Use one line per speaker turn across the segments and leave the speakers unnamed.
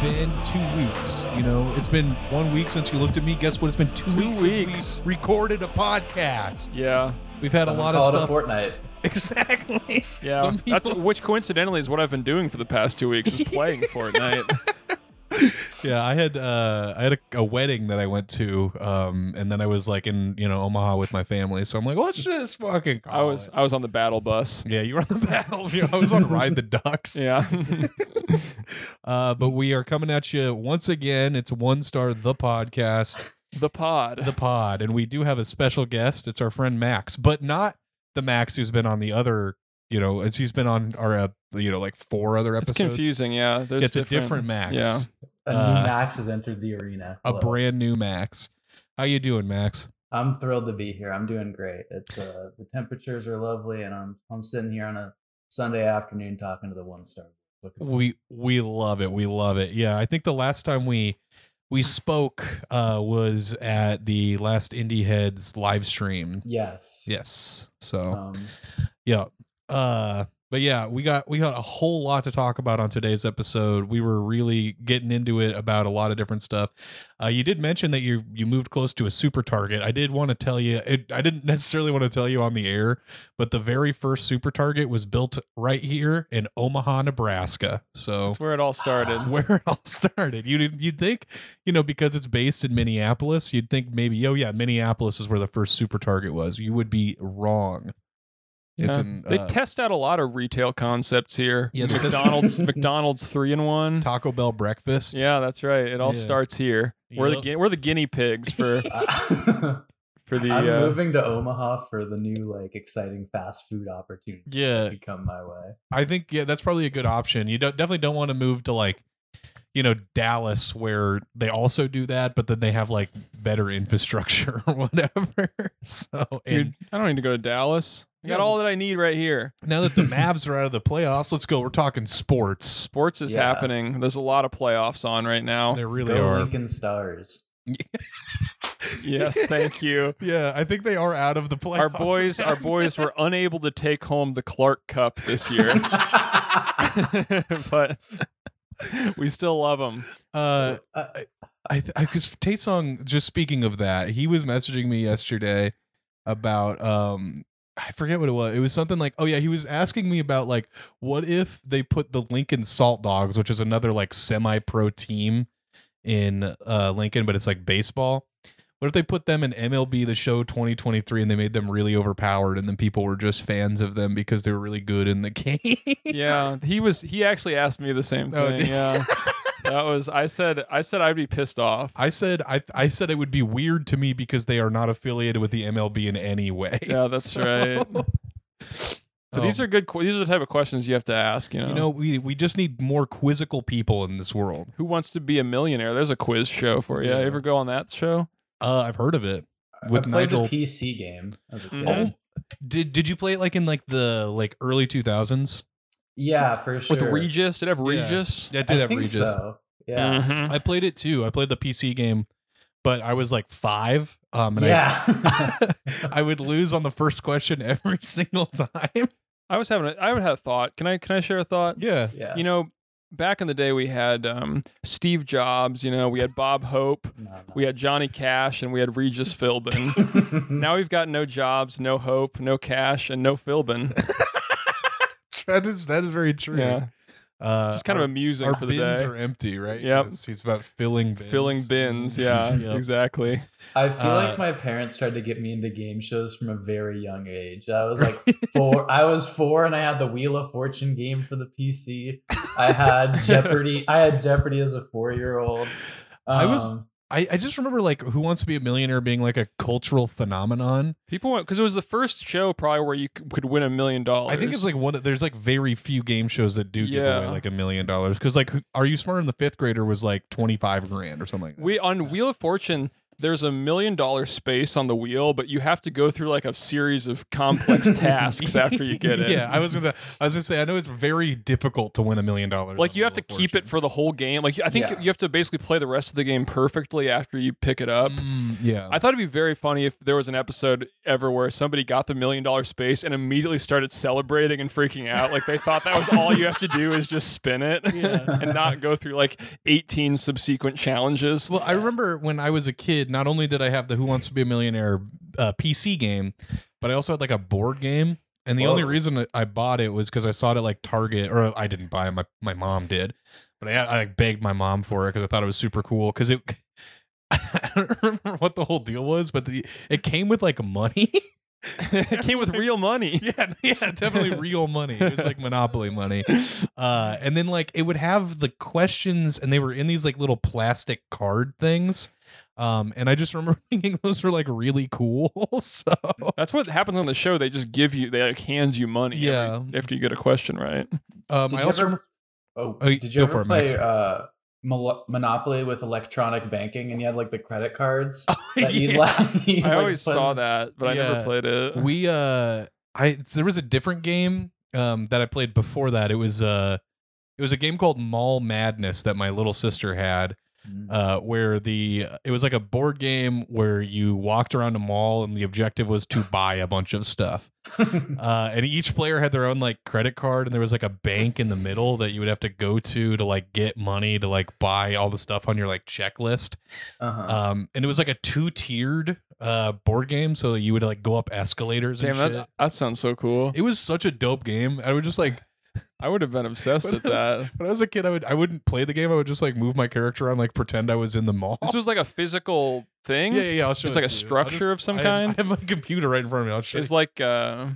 been two weeks. You know, it's been one week since you looked at me. Guess what? It's been two,
Two
weeks,
weeks.
since we recorded a podcast.
Yeah,
We've had
Some
a lot
call
of
it a
stuff.
fortnight.
exactly.
yeah.
Some
That's
people-
which coincidentally is what I've been doing for the past two weeks is playing Fortnite.
yeah i had uh i had a, a wedding that i went to um and then i was like in you know omaha with my family so i'm like let's just fucking call
I was
it.
I was on the battle bus.
yeah you were on the battlefield i was on ride the ducks
Yeah,
uh but we are coming at you once again it's one star the podcast
the pod.
the pod and we do have a special guest it's our friend max but not the max who's been on the other you know as he's been on our uh, you know like four other
it's
episodes
confusing. Yeah, there's
it's a different max
Yeah,
A
Uh,
new Max has entered the arena.
a
Hello.
brand new max how you doing max
I'm thrilled to be here. I'm doing great. It's uh, the temperatures are lovely, and I'm I'm sitting here on a Sunday afternoon talking to the one star.
we we love it we love it yeah i think the last time we we spoke uh was at the last indie heads live stream
Yes.
yes so
Uh,
Um,
yeah uh but yeah we got we got a whole lot to talk about on today's episode we were really getting into it about a lot of different stuff uh you did mention that you you moved close to a super target i did want to tell you it, i didn't necessarily want to tell you on the air but the very first super target was built right here in omaha nebraska so
that's where it all started.
that's where it all started. You didn't, you'd think, you know, because it's based in Minneapolis, you'd think maybe, oh yeah, Minneapolis is where the first super target was. You would be wrong. It's
Yeah.
in
they
uh,
test out a lot of retail concepts here.
Yeah, they test-
McDonald's McDonald's three in one.
Taco Bell breakfast.
Yeah, that's right. It all
Yeah.
starts here. We're the
Yep.
gui- we're the guinea pigs for
I-
for the
I'm
uh,
moving to Omaha for the new like exciting fast food opportunity
Yeah,
to come my way.
I think yeah, that's probably a good option. You don't, definitely don't want to move to like, you know, Dallas where they also do that, but then they have like better infrastructure or whatever. So,
dude.
and
I don't need to go to Dallas. I got
Yeah.
all that I need right here.
now that the Mavs are out of the playoffs, let's go. We're talking sports.
Sports is
Yeah.
happening. There's a lot of playoffs on right now.
They really
Go
are.
Lincoln Stars.
Yes, thank you.
Yeah, I think they are out of the playoffs.
Our boys, our boys were unable to take home the Clark Cup this year, but we still love them.
Uh,
Uh,
I, th- I cause Taesung, just speaking of that, he was messaging me yesterday about um, I forget what it was. It was something like, oh yeah, he was asking me about like, what if they put the Lincoln Salt Dogs, which is another like semi-pro team in uh Lincoln, but it's like baseball. What if they put them in MLB The Show 2023 and they made them really overpowered and then people were just fans of them because they were really good in the game?
Yeah, he was. He actually asked me the same
Oh,
thing.
did-
yeah, that was. I said. I said I'd be pissed off.
I said I I said it would be weird to me because they are not affiliated with the MLB in any way.
Yeah, that's right. But these
Um,
are good. que- These are the type of questions you have to ask. You know,
you know we we just need more quizzical people in this world.
who wants to be a millionaire? There's a quiz show for you.
Yeah.
Ever go on that show?
Uh, I've heard of it with
I played
Nigel.
the PC game as a kid.
Yeah.
Oh, did did you play it like in like the like early two thousands?
yeah, for sure.
With Regis? Did it have
Yeah.
Regis?
That did
I
have
think
Regis.
so. Yeah.
Mhm.
I played it too. I played the PC game, but I was like five. Um, and I-
yeah.
I would lose on the first question every single time.
I was having. A, I would have a thought. Can I? Can I share a thought?
Yeah.
yeah.
You know, back in the day, we had um, Steve Jobs. You know, we had Bob Hope.
No, no.
We had Johnny Cash and we had Regis Philbin. now we've got no jobs, no hope, no cash, and no Philbin.
That is that is very true.
Yeah.
Uh,
It's kind of
our-
amusing
our
for the
bins
day.
are empty, right? 'Cause
Yep.
It's, it's about filling bins.
Filling bins, yeah,
Yep.
exactly.
I feel
Uh,
like my parents tried to get me into game shows from a very young age. I was like four. I was four, and I had the Wheel of Fortune game for the PC. I had Jeopardy. I had Jeopardy as a four-year-old. Um,
I was- I, I just remember like Who Wants to Be a Millionaire being like a cultural phenomenon.
People went because it was the first show probably where you c- could win a million dollars.
I think it's like one. of- There's like very few game shows that do give
Yeah.
away like a million dollars because like Who- Are You Smarter Than the Fifth Grader was like twenty five grand or something. Like that.
we on Wheel of Fortune. there's a million dollar space on the wheel, but you have to go through like a series of complex tasks after you get it.
yeah, I was gonna, I was gonna say, I know it's very difficult to win a million dollars.
Like
on
you have to
Wheel of
keep it
Fortune.
for the whole game. Like I think
Yeah.
you have to basically play the rest of the game perfectly after you pick it up.
Mm, yeah,
I thought it'd be very funny if there was an episode ever where somebody got the million dollar space and immediately started celebrating and freaking out. Like they thought that was all you have to do is just spin it and not go through like 18 subsequent challenges.
Well, I remember when I was a kid, not only did I have the Who Wants to Be a Millionaire uh, PC game, but I also had like a board game. And the only
Whoa.
reason that I bought it was because I saw it at like Target, or I didn't buy it, my, my mom did. But I, I like, begged my mom for it because I thought it was super cool. Because it, I don't remember what the whole deal was, but the, it came with like money.
it came with real money.
yeah, yeah, definitely real money. It was like Monopoly money. Uh, and then like it would have the questions, and they were in these like little plastic card things. Um, and I just remember thinking those were like really cool. so
That's what happens on the show. They just give you, they like hand you money. every-
Yeah.
after you get a question right.
um,
Did
I
you
also
ever-
remember-
Oh,
Oh,
did you
go for
ever
it,
play
Max.
uh, Mol- Monopoly with electronic banking, and you had like the credit cards that you'd
Yeah.
like? you'd,
I
like,
always
put
saw
in-
that, but I
Yeah.
never played it.
we uh, I there was a different game um that I played before that. It was uh, it was a game called Mall Madness that my little sister had.
Mm.
uh, where the it was like a board game where you walked around a mall and the objective was to buy a bunch of stuff. Uh, and each player had their own like credit card, and there was like a bank in the middle that you would have to go to to like get money to like buy all the stuff on your like checklist.
Uh-huh.
Um, and it was like a two tiered uh board game, so you would like go up escalators
Damn,
and shit.
that, that sounds so cool.
It was such a dope game. I would just like
I would have been obsessed with that.
when I was a kid, I would I wouldn't play the game. I would just like move my character around, like pretend I was in the mall.
This was like a physical thing.
Yeah, yeah, yeah. I'll show
It's
it
like a
to you. I'll
structure
just-
of some
I have-
kind?
I have my computer right in front of me. I'll show
It's
you.
like uh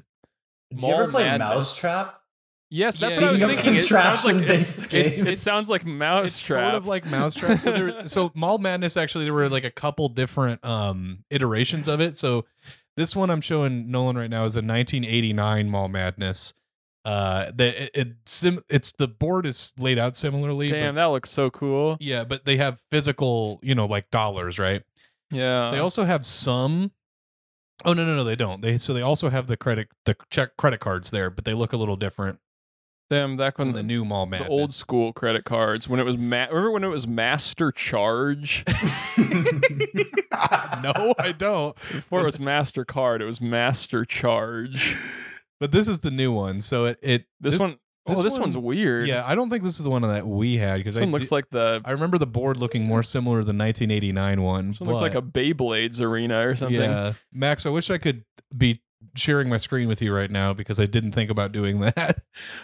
Did you ever
Mall
play
Madness.
Mousetrap?
yes, that's
Yeah,
what I was
speaking of
thinking. It sounds like it's,
contraption-based
it's- it
games.
sounds like
It's
mousetrap.
sort of like Mousetrap. So there, so Mall Madness actually there were like a couple different um iterations of it. So this one I'm showing Nolan right now is a 1989 Mall Madness. Uh, the it, it sim, it's the board is laid out similarly.
Damn,
but,
that looks so cool.
yeah, but they have physical, you know, like dollars, right?
Yeah.
They also have some. Oh no no no they don't they so they also have the credit the check credit cards there but they look a little different
Damn, back when
than the new mall
the
madness
old school credit cards when it was ma- remember when it was Master Charge?
no, I don't.
Before it was MasterCard, it was Master Charge.
But this is the new one. So it, it
This,
This-
one oh,
this
this one's
one-
weird.
yeah, I don't think this is the one that we had because
This
I
one
do-
looks like the
I remember the board looking more similar to the 1989 one.
this one looks like a
but-
Beyblades arena or something.
Yeah, Max, I wish I could be sharing my screen with you right now because I didn't think about doing that.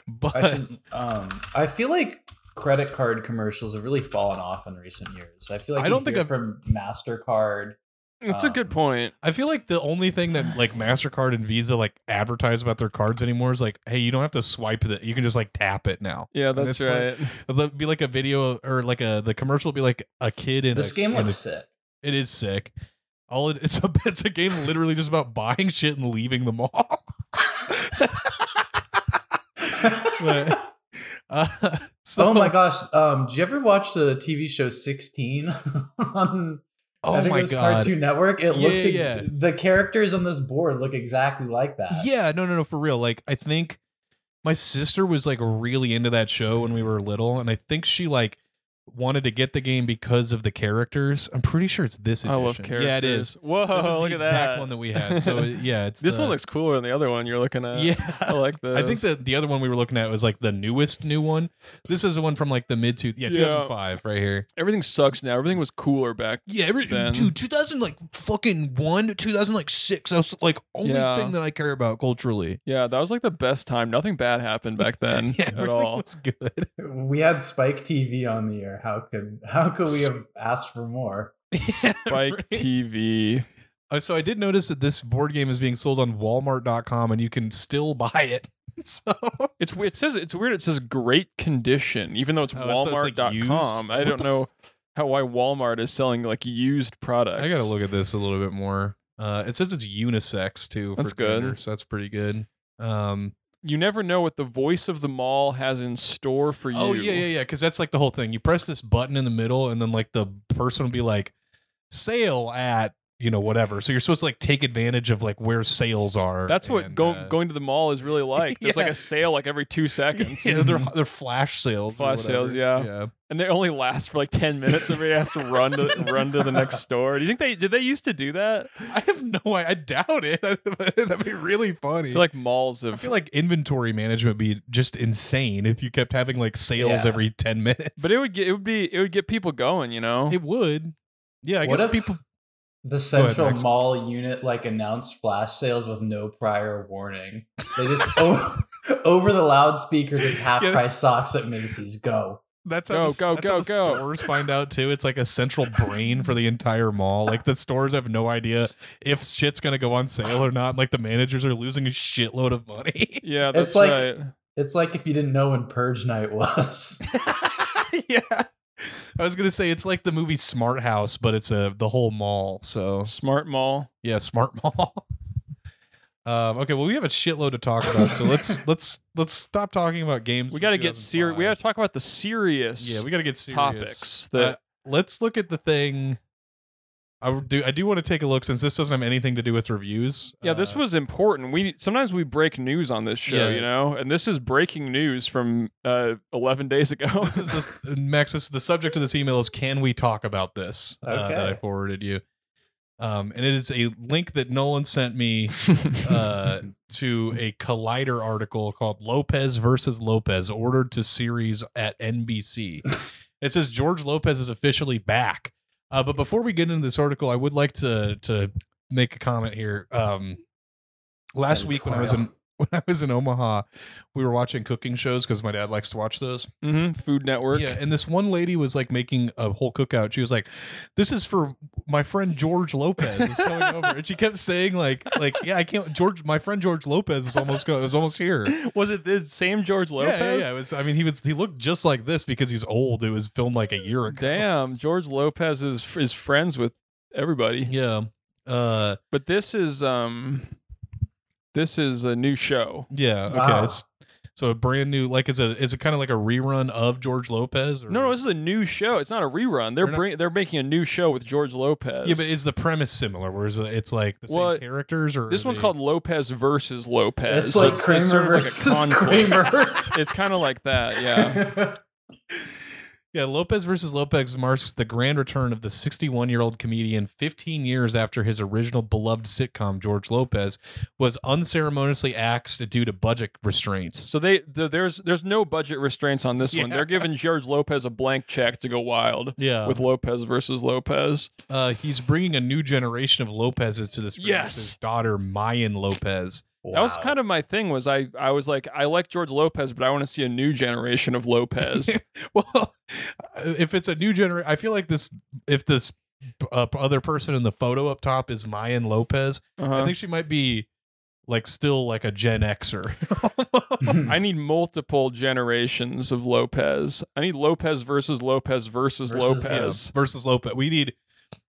But
I should. Um, I feel like credit card commercials have really fallen off in recent years. I feel like
I
you
don't think
hear
I've-
from Mastercard.
That's a good
Um,
point.
I feel like the only thing that like Mastercard and Visa like advertise about their cards anymore is like, hey, you don't have to swipe that; you can just like tap it now.
Yeah,
and
that's
it's like-
right.
It'll be like a video or like a the commercial will be like a kid in
This
a,
game
in a
looks sick.
It is sick. All it, it's a it's a game literally just about buying shit and leaving the mall. But, uh, so-
oh my gosh! Um, did you ever watch the TV show Sixteen? on,
Oh
I think
my
it was
god!
Cartoon Network. It
Yeah,
looks.
yeah,
ex- The characters on this board look exactly like that.
Yeah, no, no, no, for real. Like I think my sister was like really into that show when we were little, and I think she like wanted to get the game because of the characters. I'm pretty sure it's this
I
edition.
love characters.
Yeah, it is.
Whoa,
this is
look
the
at
exact
that.
one that we had. So yeah, it's
this
the-
one looks cooler than the other one you're looking at.
Yeah,
I like this.
I think that the other one we were looking at was like the newest new one. This is the one from like the mid two yeah,
Yeah.
2005 right here.
everything sucks now. Everything was cooler back.
Yeah, every,
Then-
dude, 2000 like fucking one, 2000 like six. That's like only
Yeah.
thing that I care about culturally.
Yeah, that was like the best time. Nothing bad happened back then
yeah,
at all.
It's good.
We had Spike TV on the air. How could how could we have asked for more?
Spike TV.
Uh, so I did notice that this board game is being sold on Walmart.com, and you can still buy it. So
It's we- it says it's weird. It says great condition, even though it's
Oh, so it's, like,
Walmart.com.
used?
I
What
don't
the
know how why Walmart is selling like used products.
I gotta look at this a little bit more. Uh, it says it's unisex too.
That's
for
good.
gender, so that's pretty good. Um,
You never know what the voice of the mall has in store for you.
Oh yeah, yeah, yeah. Because that's like the whole thing. You press this button in the middle, and then like the person will be like, sale at you know whatever. So you're supposed to like take advantage of like where sales are.
That's what
and,
go,
uh,
going to the mall is really like. There's like
Yeah.
a sale like every two seconds,
Yeah, they're they're flash sales. or
Flash sales,
whatever.
and they only last for like ten minutes. Everybody has to run to run to the next store. Do you think they did they used to do that?
Yeah, I have no. I, I doubt it. That'd be really funny.
I feel like malls
I
have.
feel like inventory management would be just insane if you kept having like sales
Yeah.
every 10 minutes.
but it would get it would be it would get people going. You know,
it would. Yeah, I
What
guess
if-
people
The central
Max.
mall unit like announced flash sales with no prior warning. They just over, over the loudspeakers. It's half
Yeah.
price socks at Macy's. Go.
that's
Go,
how the,
go,
that's how
go,
the
go.
stores find out too. It's like a central brain for the entire mall. Like the stores have no idea if shit's gonna go on sale or not. Like the managers are losing a shitload of money.
yeah, that's
It's like-
right.
It's like if you didn't know when Purge Night was.
yeah. I was gonna say it's like the movie Smart House, but it's a the whole mall. So
Smart mall.
Yeah, smart mall. um, okay, well, we have a shitload to talk about, so let's let's let's stop talking about games.
We
got to
get serious. We got to talk about the serious
yeah, we got to get serious.
topics. That
Uh, let's look at the thing. I would do. I do want to take a look since this doesn't have anything to do with reviews.
yeah, this
Uh,
was important. We sometimes we break news on this show,
Yeah.
you know, and this is breaking news from uh, eleven days ago.
this is Max. This, the subject of this email is "Can we talk about this?" uh, that I
Okay.
forwarded you, um, and it is a link that Nolan sent me uh, to a Collider article called Lopez versus Lopez ordered to series at NBC. It says George Lopez is officially back. Uh, but before we get into this article, I would like to to make a comment here. Um, last week when I was in uh, when I was in Omaha, we were watching cooking shows because my dad likes to watch those.
Mhm, Food Network.
Yeah, and this one lady was like making a whole cookout. She was like, "This is for my friend George Lopez is coming over," and she kept saying like, "Like yeah, I can't." George, my friend George Lopez was almost go- was almost here.
Was it the same George Lopez?
Yeah, yeah, yeah. It was. I mean, he was he looked just like this because he's old. It was filmed like a
Oh,
year ago.
Damn, George Lopez is is friends with everybody.
Yeah. Uh.
But this is um this is a new show.
Yeah. Okay.
Wow.
It's, so a brand new like is a is it kind of like a rerun of George Lopez? Or?
No, no, this is a new show. It's not a rerun. They're
They're not-
bring, they're making a new show with George Lopez.
yeah, but is the premise similar? Where is it, it's like the same
Well,
characters or
this
are
one's
they-
called Lopez versus Lopez.
It's
So
like
sort
Kramer
of
versus
like a conflict.
Kramer.
It's kind of like that, yeah.
Yeah, Lopez versus Lopez marks the grand return of the 61 year old comedian 15 years after his original beloved sitcom, George Lopez, was unceremoniously axed due to budget restraints.
So they the, there's there's no budget restraints on this one.
Yeah. Uh.
They're giving George Lopez a blank check to go wild
Yeah.
with Lopez versus Lopez.
uh, he's bringing a new generation of Lopezes to this.
Yes.
His daughter, Mayan Lopez.
That was kind of my thing. Was I? I was like, I like George Lopez, but I want to see a new generation of Lopez.
Well, uh, if it's a new generation, I feel like this, if this uh, other person in the photo up top is Mayan Lopez, I
Uh-huh.
think she might be like still like a Gen Xer.
I need multiple generations of Lopez. I need Lopez versus Lopez versus,
Versus,
Lopez.
versus Lopez. We need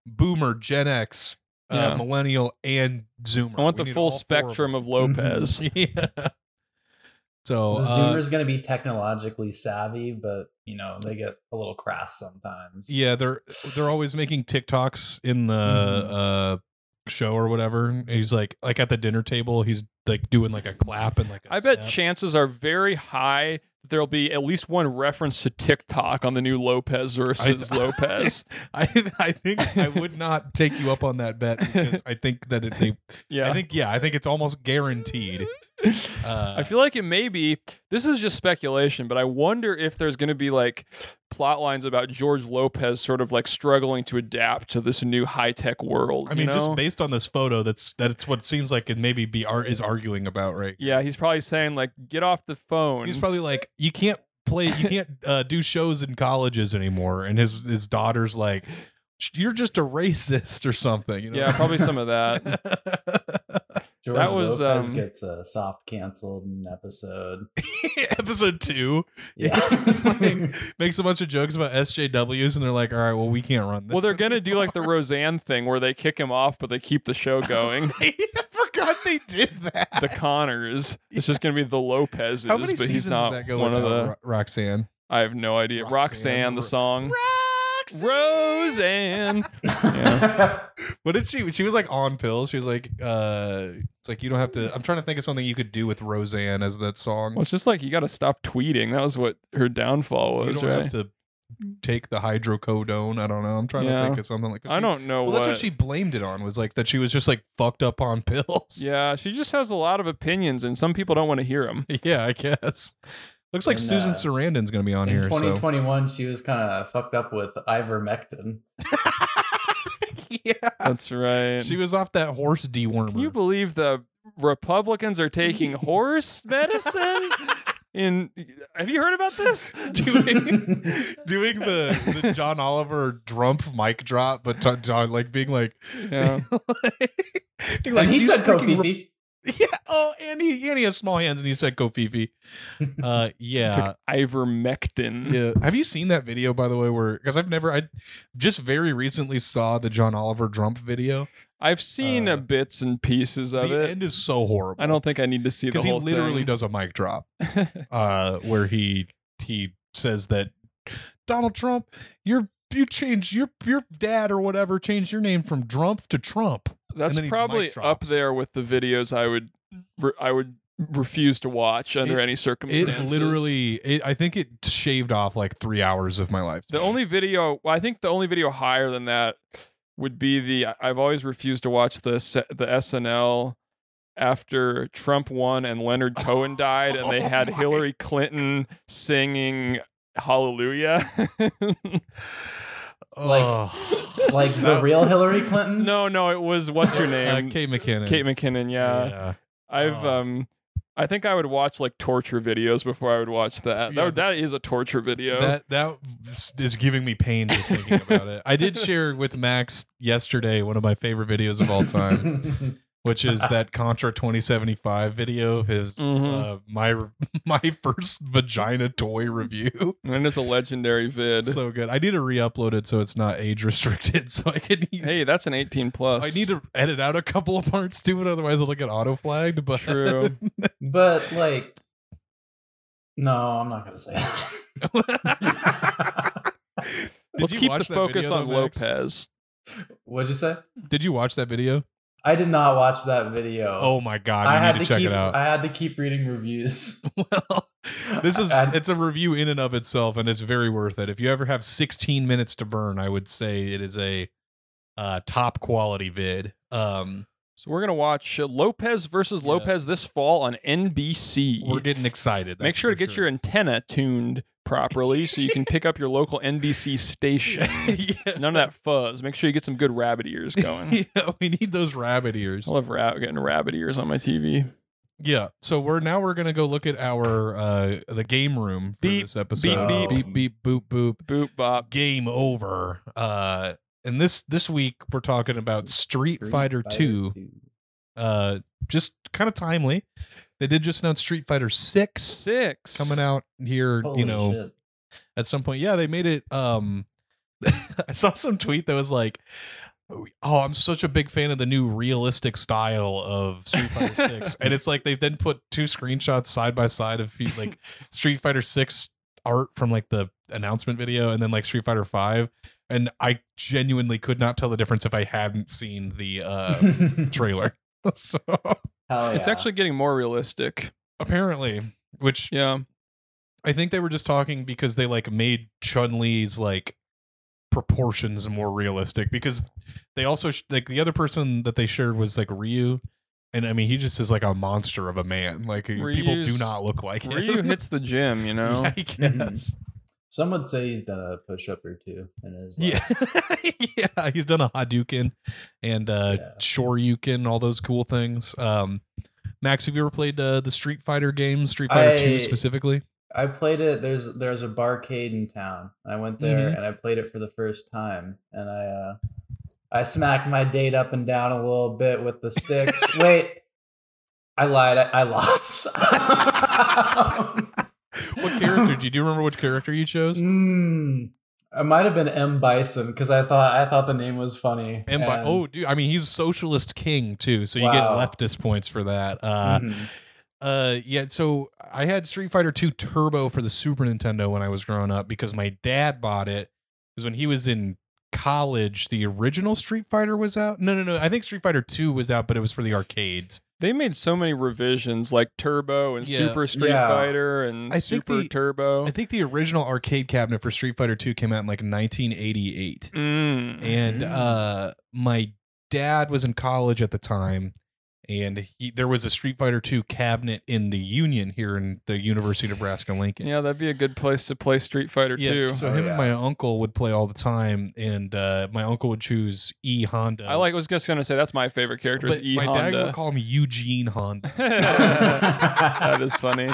Boomer, Gen X,
Yeah.
uh, Millennial, and Zoomer.
I want
We
the
need
full
all four of
spectrum
them. Mm-hmm.
of Lopez.
yeah. So
The
uh,
Zoomer's going to be technologically savvy, but you know they get a little crass sometimes.
yeah, they're they're always making TikToks in the
Mm-hmm.
uh, show or whatever. And he's like like at the dinner table, he's like doing like a clap and like I
I bet
Step.
chances are very high that there'll be at least one reference to TikTok on the new Lopez versus Lopez.
I I think I would not take you up on that bet because I think that it, they,
Yeah.
I think yeah I think it's almost guaranteed. Uh,
I feel like it may be. This is just speculation, but I wonder if there's going to be like plot lines about George Lopez sort of like struggling to adapt to this new high tech world.
I mean,
you know?
just based on this photo, that's that's what it seems like it maybe be art is arguing about, right?
yeah, he's probably saying like, "Get off the phone."
He's probably like, you can't play, you can't uh, do shows in colleges anymore, and his his daughter's like, you're just a racist or something, you know?
yeah, probably some of that.
George
That was,
Lopez
um,
gets a soft canceled in an episode.
Episode two
Yeah,
It's like- makes a bunch of jokes about SJWs, and they're like, all right, well, we can't run this.
Well, they're gonna do like the Roseanne thing where they kick him off, but they keep the show going.
I forgot they did that.
the Connors. It's just gonna be the Lopez's,
How many
but
seasons
he's not
does that go
one
with
of
now,
the.
Ro- Roxanne?
I have no idea.
Roxanne,
Roxanne, the
Ro-
song.
Roxanne.
Roseanne. Yeah.
What did she? She was like on pills. She was like, uh, it's like you don't have to. I'm trying to think of something you could do with Roseanne as that song.
Well, it's just like you got to stop tweeting. That was what her downfall
you
was,
don't
right?
have to take the hydrocodone. I don't know. I'm trying
Yeah.
to think of something like. 'cause
I
she-
don't know
Well,
what.
that's what she blamed it on. Was like that she was just like fucked up on pills.
yeah, she just has a lot of opinions, and some people don't want to hear them.
yeah. I guess. Looks like
And,
Susan
uh,
Sarandon's gonna be on
In
here. So.
2021, she was kind of fucked up with ivermectin.
yeah.
That's right.
She was off that horse dewormer.
Can you believe the Republicans are taking horse medicine? In have you heard about this?
doing doing the, the John Oliver Drump mic drop, but t- John like being like,
Yeah.
being like,
and he
"These
said
freaking Re-
Kofifi.
yeah. Oh, and he and he has small hands, and he said Kofifi. Uh, yeah,
Ivermectin.
yeah. Have you seen that video by the way? Where because I've never, I just very recently saw the John Oliver Drump video.
I've seen
Uh,
uh, bits and pieces of
the
it.
end is so horrible.
I don't think I need to see the
because he
whole
literally
thing.
does a mic drop, uh, where he he says that Donald Trump, you're. You changed your your dad or whatever changed your name from Drump to Trump.
That's
then he mic
probably up
drops.
there with the videos I would re- I would refuse to watch under
It-
any
It
circumstances.
literally, it, I think it shaved off like three hours of my life.
the only video well, I think the only video higher than that would be the I- I've always refused to watch the S- the SNL after Trump won and Leonard Cohen died and they
Oh
had
my-
Hillary Clinton singing Hallelujah.
Ugh.
Like the real Hillary Clinton?
no, no, it was what's her
uh,
name?
Kate McKinnon.
Kate uh, McKinnon, yeah. I've
Oh.
um I think I would watch like torture videos before I would watch that.
Yeah.
That, that is a torture video.
That that is giving me pain just thinking about it. I did share with Max yesterday one of my favorite videos of all time, which is that Contra 2075 video. of His
Mhm.
uh, my my first vagina toy review.
and it's a legendary vid.
so good. I need to re-upload it so it's not age restricted, so I can. Use
hey, that's an 18 plus.
I need to edit out a couple of parts to it, otherwise it'll get auto flagged. But
True.
but like, no, I'm not gonna say that.
Did
Let's
you
keep the
watch that
focus
video,
on
though, Max?
Lopez.
What'd you say?
Did you watch that
Oh.
video?
I did not watch that video.
Oh my god, you
I had
need to,
to,
check
keep.
it out.
I had to keep reading reviews.
well, this is
I-
it's a review in and of itself, and it's very worth it. If you ever have 16 minutes to burn, I would say it is a uh, top quality vid. Um,
So we're gonna watch uh, Lopez versus
Yeah.
Lopez this fall on NBC.
we're getting excited.
Make
that's
sure to
for
get your antenna tuned properly so you can pick up your local NBC station.
yeah.
None of that fuzz. Make sure you get some good rabbit ears going.
yeah, we need those rabbit ears.
I love ra- getting rabbit ears on my TV.
Yeah. So we're now we're gonna go look at our uh the game room for
Beep,
this episode.
beep,
beep.
beep beep boop boop.
Boop bop.
Game over. Uh and this this week we're talking about Street, Fighter 2. Uh just kind of timely. They did just announce Street Fighter 6
Six
coming out here,
Holy
you know,
shit.
at some point. Yeah, they made it um I saw some tweet that was like Oh, I'm such a big fan of the new realistic style of Street Fighter 6. and it's like they've then put two screenshots side by side of pe- like Street Fighter 6 art from like the announcement video and then like Street Fighter 5 and I genuinely could not tell the difference if I hadn't seen the uh trailer. so
Hell
It's
yeah.
actually getting more realistic.
apparently, which
Yeah.
I think they were just talking because they like made Chun Li's like proportions more realistic because they also sh- like the other person that they shared was like Ryu, and I mean he just is like a monster of a man. Like uh, people do
Ryu's-
not look like him.
Ryu hits the gym, you know?
I guess.
Some would say he's done a push up or two in his life.
Yeah, yeah. He's done a Hadouken and uh,
Yeah.
Shoryuken, all those cool things. Um, Max, have you ever played uh, the Street Fighter games, Street Fighter Two
I-
specifically?
I played it. There's there's a barcade in town. I went there and I played it for the first time, and I uh, I smacked my date up and down a little bit with the sticks. Wait, I lied. I, I lost.
What character? do you do you remember which character you chose?
Mm, I might have been M Bison because I thought I thought the name was funny.
And by,
and-
oh, dude, I mean he's socialist king too, so you
Wow.
get leftist points for that. Uh,
Mhm.
uh, yeah. So I had Street Fighter Two Turbo for the Super Nintendo when I was growing up because my dad bought it, because when he was in college, the original Street Fighter was out. No, no, no. I think Street Fighter Two was out, but it was for the arcades.
They made so many revisions like Turbo and
Yeah.
Super Street
Yeah.
Fighter and
I think
Super
the-
Turbo.
I think the original arcade cabinet for Street Fighter Two came out in like 1988.
Mm.
and
Mhm.
uh my dad was in college at the time and he there was a Street Fighter 2 cabinet in the Union here in the University of Nebraska-Lincoln.
yeah, that'd be a good place to play Street Fighter
Yeah,
2.
so
Oh,
him
yeah.
and my uncle would play all the time and uh my uncle would choose E Honda.
I like was just gonna say that's my favorite character is
but
E
my dad would
Honda.
call him Eugene Honda.
that is funny.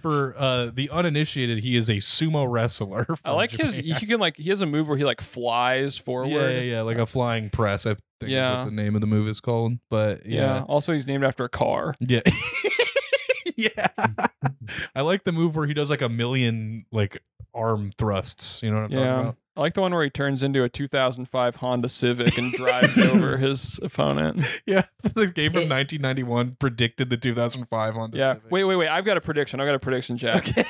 For uh the uninitiated, he is a sumo wrestler.
I
from
like his.
Japan.
You can like he has a move where he like flies forward.
Yeah, yeah, yeah, like a flying press, I think is
Yeah.
what the name of the movie is called. But yeah.
Yeah. Also, he's named after a car.
Yeah. yeah. I like the move where he does like a million like arm thrusts. You know what I'm
Yeah.
talking about?
I like the one where he turns into a 2005 Honda Civic and drives over his opponent.
Yeah. the game from 1991 predicted the 2005 Honda
Yeah.
Civic.
Wait, wait, wait. I've got a prediction. I've got a prediction, Jack.
Okay.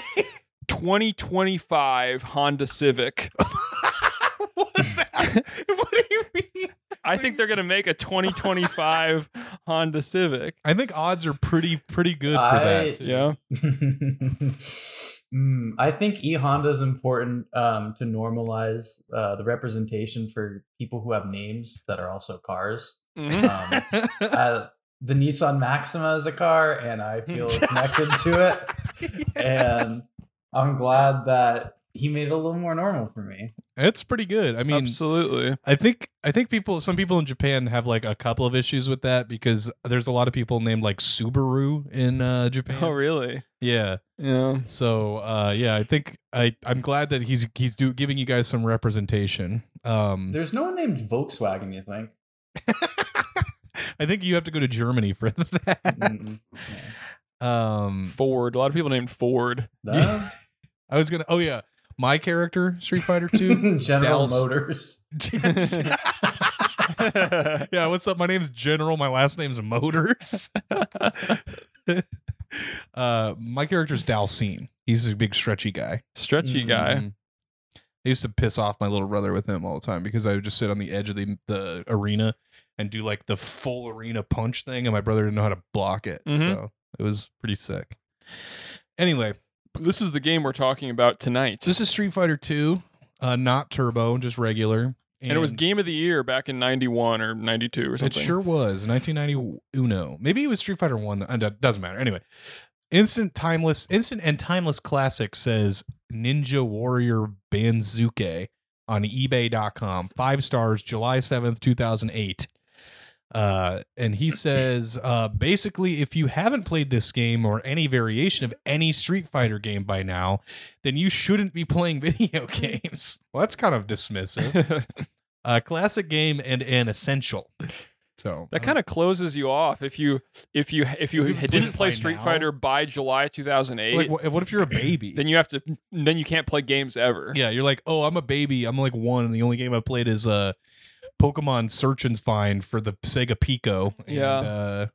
2025 Honda Civic.
what, is that? what do you mean?
I think they're going to make a 2025 Honda Civic.
I think odds are pretty pretty good for
I-
that. too.
Yeah.
Mm, I think e Honda is important um, to normalize uh, the representation for people who have names that are also cars.
Mm-hmm.
Mhm.
Um, uh, the Nissan Maxima is a car, and I feel connected to it. And I'm glad that he made it a little more normal for me.
It's pretty good. I mean,
Absolutely.
I think I think people some people in Japan have like a couple of issues with that because there's a lot of people named like Subaru in uh Japan.
Oh, really?
Yeah.
Yeah.
So uh, yeah, I think I I'm glad that he's he's do, giving you guys some representation. Um,
There's no one named Volkswagen, you think?
I think you have to go to Germany for that.
Mm-mm.
um,
Ford. A lot of people named Ford.
No?
I was gonna. Oh yeah, my character Street Fighter Two.
General
Dallas-
Motors.
yeah, what's up? My name's General. My last name's Motors. uh, my character's Dalcine. He's a big stretchy guy.
Stretchy guy.
Mhm. I used to piss off my little brother with him all the time because I would just sit on the edge of the, the arena and do like the full arena punch thing, and my brother didn't know how to block it.
Mhm.
So it was pretty sick. Anyway,
This is the game we're talking about tonight.
so this is Street Fighter 2, uh, not turbo, just regular.
and it was game of the year back in 91 or 92 or
It
something.
sure was 1990 Uno. Maybe it was Street Fighter 1. uh, It doesn't matter. Anyway, Instant Timeless, Instant and Timeless Classic says Ninja Warrior Banzuke on eBay.com. Five stars, July 7th, 2008. Uh, and he says uh, basically, if you haven't played this game or any variation of any Street Fighter game by now, then you shouldn't be playing video games. Well, that's kind of dismissive. A classic game and an essential. So
that kind of closes you off if you if you if you
If you played
didn't
it
play
by
Street
now?
Fighter by July 2008,
like what, what if you're a baby?
then you have to then you can't play games ever.
yeah, you're like, oh, I'm a baby. I'm like one, and the only game I played is uh, Pokemon Search and Find for the Sega Pico. And,
Yeah.
Uh,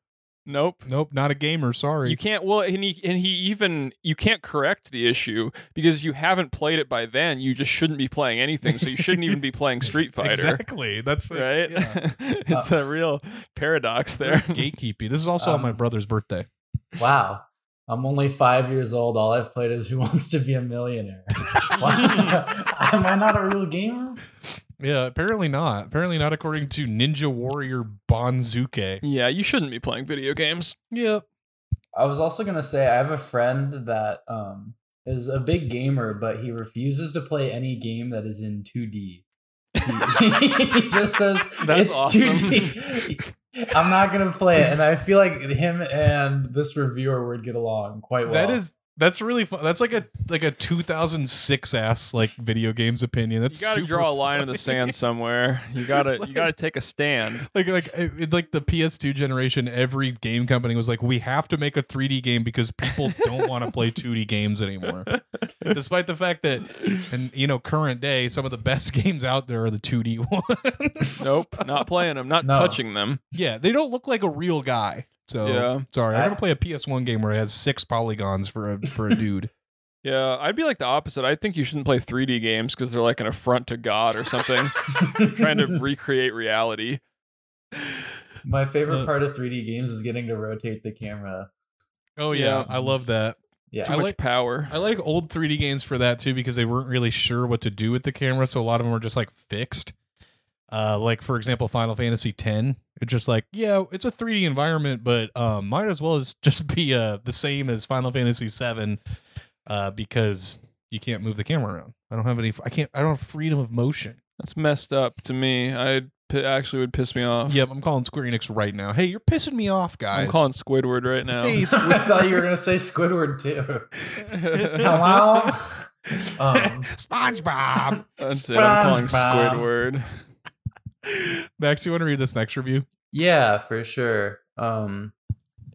Nope.
nope, not a gamer. Sorry.
You can't. Well, and he and he even you can't correct the issue because if you haven't played it by then, you just shouldn't be playing anything. So you shouldn't even be playing Street Fighter,
Exactly. That's the-
right?
yeah.
it's a real paradox there.
Gatekeeping. This is also on my
Um,
brother's birthday.
Wow. I'm only five years old. All I've played is Who Wants to Be a Millionaire. Wow. Am I not a real gamer?
Yeah, apparently not. Apparently not according to Ninja Warrior Bonzuke.
Yeah, you shouldn't be playing video games.
Yep.
I was also gonna say I have a friend that um is a big gamer, but he refuses to play any game that is in 2D. He, he just says
That's
it's
awesome.
2D. I'm not gonna play it, and I feel like him and this reviewer would get along quite well.
That is that's really fun. That's like a like a 2006 ass like video games opinion. That's
you got to
super
draw a line in the
funny.
sand somewhere. You gotta you
Like-
gotta take a stand.
like like it, like the PS2 generation, every game company was like, we have to make a 3D game because people don't want to play 2D games anymore. Despite the fact that, and you know, current day, some of the best games out there are the 2D ones.
Nope, not playing them, not
No.
touching them.
Yeah, they don't look like a real guy. So
Yeah.
sorry, I'm
I-
gonna play a PS1 game where it has six polygons for a for a dude.
Yeah, I'd be like the opposite. I think you shouldn't play 3D games because they're like an affront to God or something, trying to recreate reality.
My favorite
Uh,
part of 3D games is getting to rotate the camera.
Oh yeah,
Yeah.
I love that.
Too
Yeah.
I
much
like-
power.
I like old 3D games for that too because they weren't really sure what to do with the camera, so a lot of them were just like fixed. Uh, like for example, Final Fantasy X, it's just like yeah, it's a 3D environment, but um, might as well as just be uh the same as Final Fantasy VII, uh, because you can't move the camera around. I don't have any. I can't. I don't have freedom of motion.
That's messed up to me. I p- actually would piss me off.
Yep, I'm calling Square Enix right now. Hey, you're pissing me off, guys.
I'm calling Squidward right now.
Hey, Square-
I thought you were gonna say Squidward too. Hello. Um,
SpongeBob.
That's it. I'm calling
SpongeBob.
Squidward.
Max, you want to read this next review?
yeah, for sure. Um,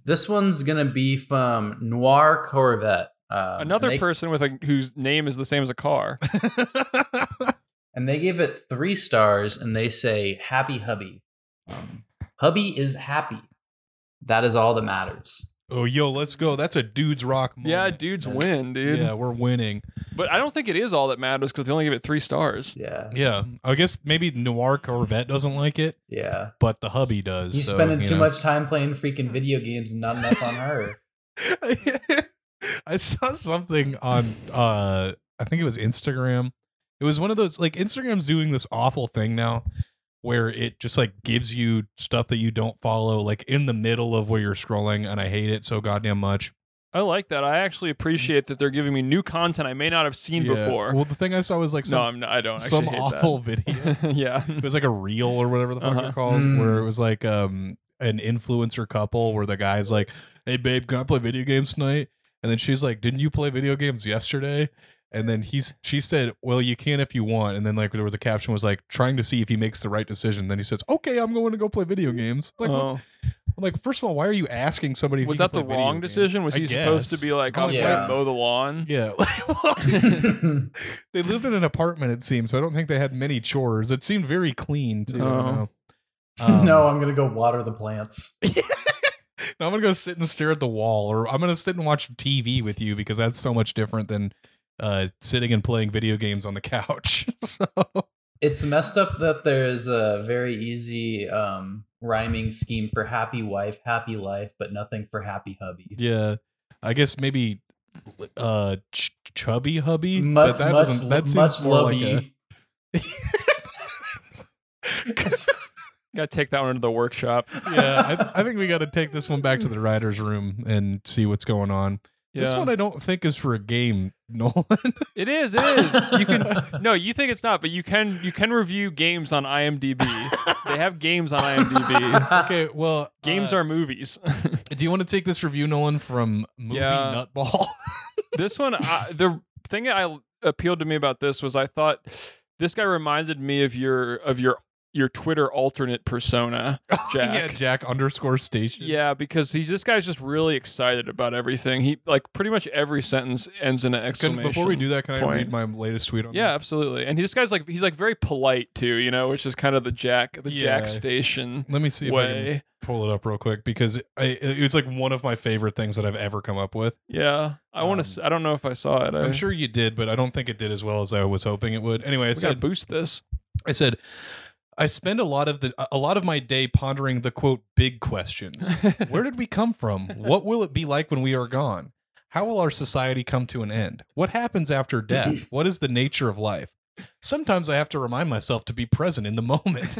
this one's gonna be from Noir Corvette. Um,
Another
and they-
person with a whose name is the same as a car.
and they give it three stars and they say happy hubby um, hubby is happy that is all that matters
Oh, yo, let's go. That's a dude's rock. Moment.
yeah, dudes
Yeah.
win, dude.
Yeah, we're winning.
But I don't think it is all that matters because they only give it three stars.
yeah
Yeah, I guess maybe Noir Corvette doesn't like it,
yeah
but the hubby does.
he's
so,
spending
you
too
know.
much time playing freaking video games and not enough on her
I saw something on uh I think it was Instagram. It was one of those like Instagram's doing this awful thing now where it just like gives you stuff that you don't follow like in the middle of where you're scrolling and I hate it so goddamn much.
I like that. I actually appreciate that they're giving me new content I may not have seen
Yeah.
before.
Well, the thing I saw was like
no,
some
I'm not, I don't actually
some
hate
awful video.
that. yeah.
it was like a reel or whatever the fuck
Uh-huh.
they're called,
Mm.
where it was like um an influencer couple where the guy's like, "Hey babe, can I play video games tonight?" And then she's like, "Didn't you play video games yesterday?" And then he's she said, "Well, you can if you want." And then like there was a caption was like trying to see if he makes the right decision. Then he says, "Okay, I'm going to go play video games." Like, what-
Oh.
I'm like first of all, why are you asking somebody? if
was
he can
that the
play video
wrong
games?
decision? Was
I
he supposed to
guess.
be like,
I'm
I'm
like,
going
why-
to mow the lawn?
Yeah, Well, they lived in an apartment. It seemed so. I don't think they had many chores. It seemed very clean too. I don't
Oh.
know. Um,
no i'm gonna go water the plants
No, I'm gonna go sit and stare at the wall, or I'm gonna sit and watch TV with you because that's so much different than uh, sitting and playing video games on the couch. so
it's messed up that there is a very easy um, rhyming scheme for happy wife happy life but nothing for happy hubby
yeah, I guess maybe uh, ch- chubby hubby,
Mu-
but that
much,
doesn't. That seems
much
more
lovey.
like
Got to take that one to the workshop.
a, yeah. I, I think we got to take this one back to the writers' room and see what's going on.
Yeah.
This one I don't think is for a game, Nolan.
It is. It is. You can no. You think it's not, but you can. You can review games on IMDb. they have games on IMDb.
okay, well, uh,
games are movies.
Do you want to take this review, Nolan, from movie
Yeah.
Nutball?
this one, I, the thing I appealed to me about this was I thought this guy reminded me of your of your your Twitter alternate persona, Jack.
yeah, Jack underscore station.
Yeah, because he's this guy's just really excited about everything. He like pretty much every sentence ends in an
Can,
exclamation.
before we do that, can I read
point.
my latest tweet on
yeah, absolutely. And this guy's like he's like very polite too, you know, which is kind of the Jack the
Yeah.
Jack Station
that? Let me see if I can
way.
pull it up real quick because I, it was like one of my favorite things that I've ever come up with.
Yeah, I want to.
Um,
I don't know if I saw it. I,
I'm sure you did, but I don't think it did as well as I was hoping it would. Anyway, I
we gotta
said,
boost this.
I said, I spend a lot of the a lot of my day pondering the quote big questions. Where did we come from? What will it be like when we are gone? How will our society come to an end? What happens after death? What is the nature of life? Sometimes I have to remind myself to be present in the moment.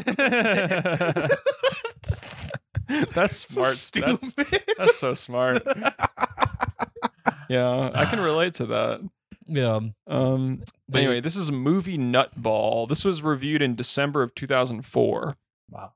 That's smart. That's, that's so smart. Yeah, I can relate to that.
yeah.
Um.
But-
anyway, this is a movie Nutball. This was reviewed in December of 2004.
wow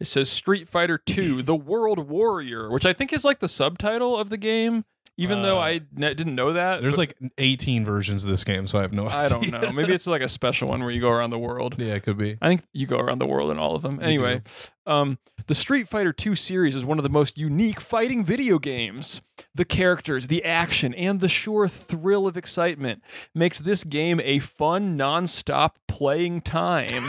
It says Street Fighter 2: The World Warrior, which I think is like the subtitle of the game, even though
Uh,
I ne- didn't know that.
There's
but
like 18 versions of this game, so I have no idea.
I don't know. Maybe it's like a special one where you go around the world.
Yeah, it could be.
I think you go around the world in all of them.
You
Anyway, um, the Street Fighter II series is one of the most unique fighting video games. The characters, the action, and the sure thrill of excitement makes this game a fun, non-stop playing time.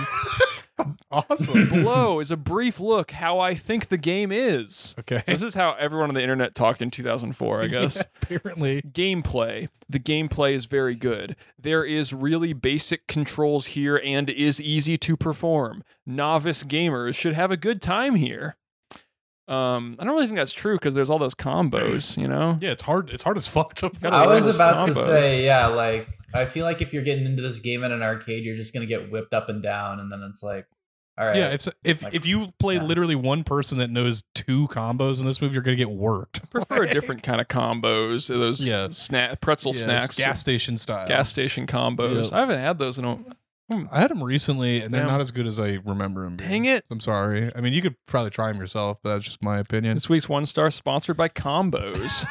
awesome.
Below is a brief look how I think the game is.
Okay.
This is how everyone on the internet talked in 2004, I guess.
Yeah, apparently.
gameplay. The gameplay is very good. There is really basic controls here and is easy to perform. Novice gamers should have a good time here. Um, I don't really think that's true because there's all those combos, you know.
Yeah, it's hard. It's hard as fuck to.
I was
those
about to
combos.
say, yeah, like I feel like if you're getting into this game at an arcade, you're just gonna get whipped up and down, and then it's like, all right,
Yeah, if if
Like,
if you play
yeah.
literally one person that knows two combos in this move, you're gonna get worked.
Prefer a different kind of combos. uh, Those
Yeah.
sna- pretzel
Yeah, it's
snacks,
gas station style.
gas station combos.
Yep.
I haven't had those in a.
I had them recently, and they're
Damn.
not as good as I remember them. being.
Dang it!
I'm sorry. I mean, you could probably try them yourself, but that's just my opinion.
This week's one star sponsored by combos.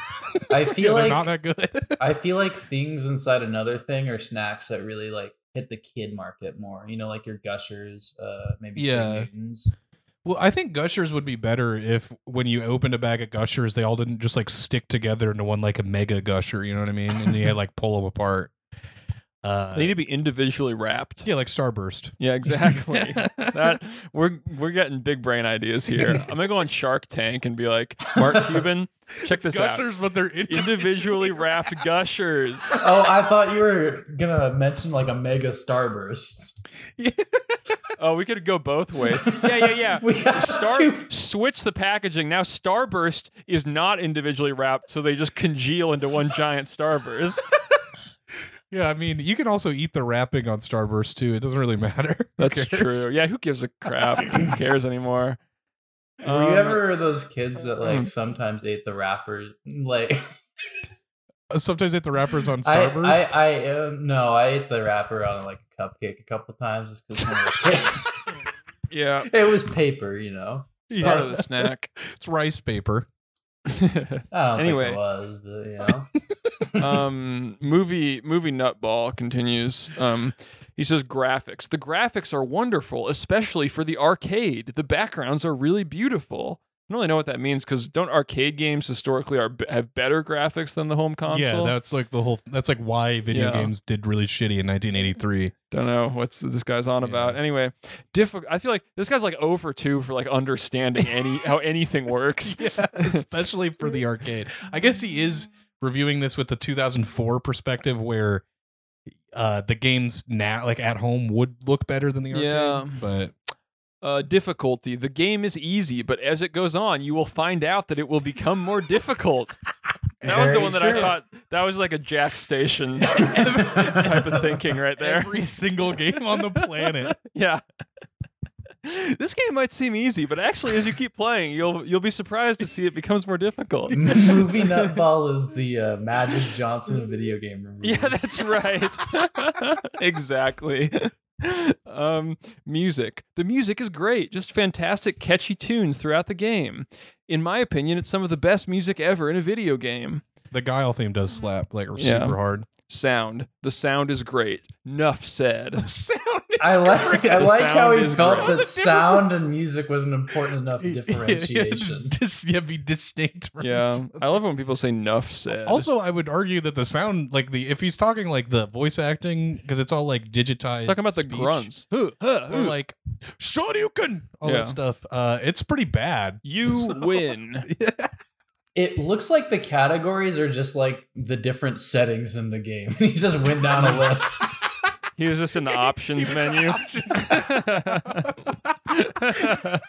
I
yeah,
feel
they're
like
not that good.
I feel like things inside another thing are snacks that really like hit the kid market more. You know, like your gushers, uh, maybe Green
Yeah.
Newtons.
well, I think gushers would be better if when you opened a bag of gushers, they all didn't just like stick together into one like a mega gusher. You know what I mean? And you had like pull them apart. Uh,
they need to be individually wrapped.
yeah, like starburst.
Yeah, exactly. that we're we're getting big brain ideas here. I'm gonna go on Shark Tank and be like, Mark Cuban, check this out.
gushers, but they're
Individually wrapped gushers.
Oh, I thought you were gonna mention like a mega starburst.
Oh, we could go both ways. Yeah, yeah, yeah.
we have
Star
to-
switch the packaging. Now Starburst is not individually wrapped, so they just congeal into one giant Starburst.
Yeah, I mean, you can also eat the wrapping on Starburst too. It doesn't really matter. Who
That's
cares?
true. Yeah, who gives a crap? who cares anymore?
Were you
Um,
ever those kids that like
Mm.
sometimes ate the wrappers? Like
Uh, Sometimes they eat the wrappers on
I,
Starburst.
I, I am no, I ate the wrapper on like a cupcake a couple times just because
Yeah,
it was paper, you know.
it's part of the snack.
It's rice paper.
I don't
Anyway.
think it was, but you know.
um movie movie nutball continues um he says graphics the graphics are wonderful especially for the arcade the backgrounds are really beautiful i don't really know what that means because don't arcade games historically are have better graphics than the home
Yeah,
console
that's like the whole. That's like why video
Yeah.
games did really shitty in 1983.
don't know what's this guy's on
Yeah.
about anyway diffi- i feel like this guy's like over two for like understanding any how anything works
yeah, especially for the arcade. I guess he is reviewing this with the 2004 perspective, where uh the games now, like at home, would look better than the arcade.
Yeah.
but
uh, difficulty. The game is easy, but as it goes on, you will find out that it will become more difficult. That was the
Very
one that I
true.
thought that was like a Jack Station type of thinking right there.
every single game on the planet.
yeah. This game might seem easy, but actually, as you keep playing, you'll you'll be surprised to see it becomes more difficult.
Movie Nutball is the uh, Magic Johnson of video game reviews.
Yeah, that's right. exactly. Um, music. The music is great. Just fantastic, catchy tunes throughout the game. In my opinion, it's some of the best music ever in a video game.
The Guile theme does slap like
Yeah.
super hard.
Sound. The sound is great. Nuff said.
sound
I like I
The
like how
sound
he
is
felt
great.
That was a
that
different-
sound and music was an important enough
Yeah, yeah,
differentiation.
dis- yeah, be distinct. from
Yeah,
each other.
I love when people say Nuff said.
Also, I would argue that the sound, like the, if he's talking like the voice acting, because it's all like digitized.
It's talking about the
speech,
grunts. Huh, huh,
Or
huh.
like, Shoryuken, all
Yeah.
that stuff. Uh, it's pretty bad.
you win.
It looks like the categories are just like the different settings in the game. he just went down a list.
He was just in the options menu.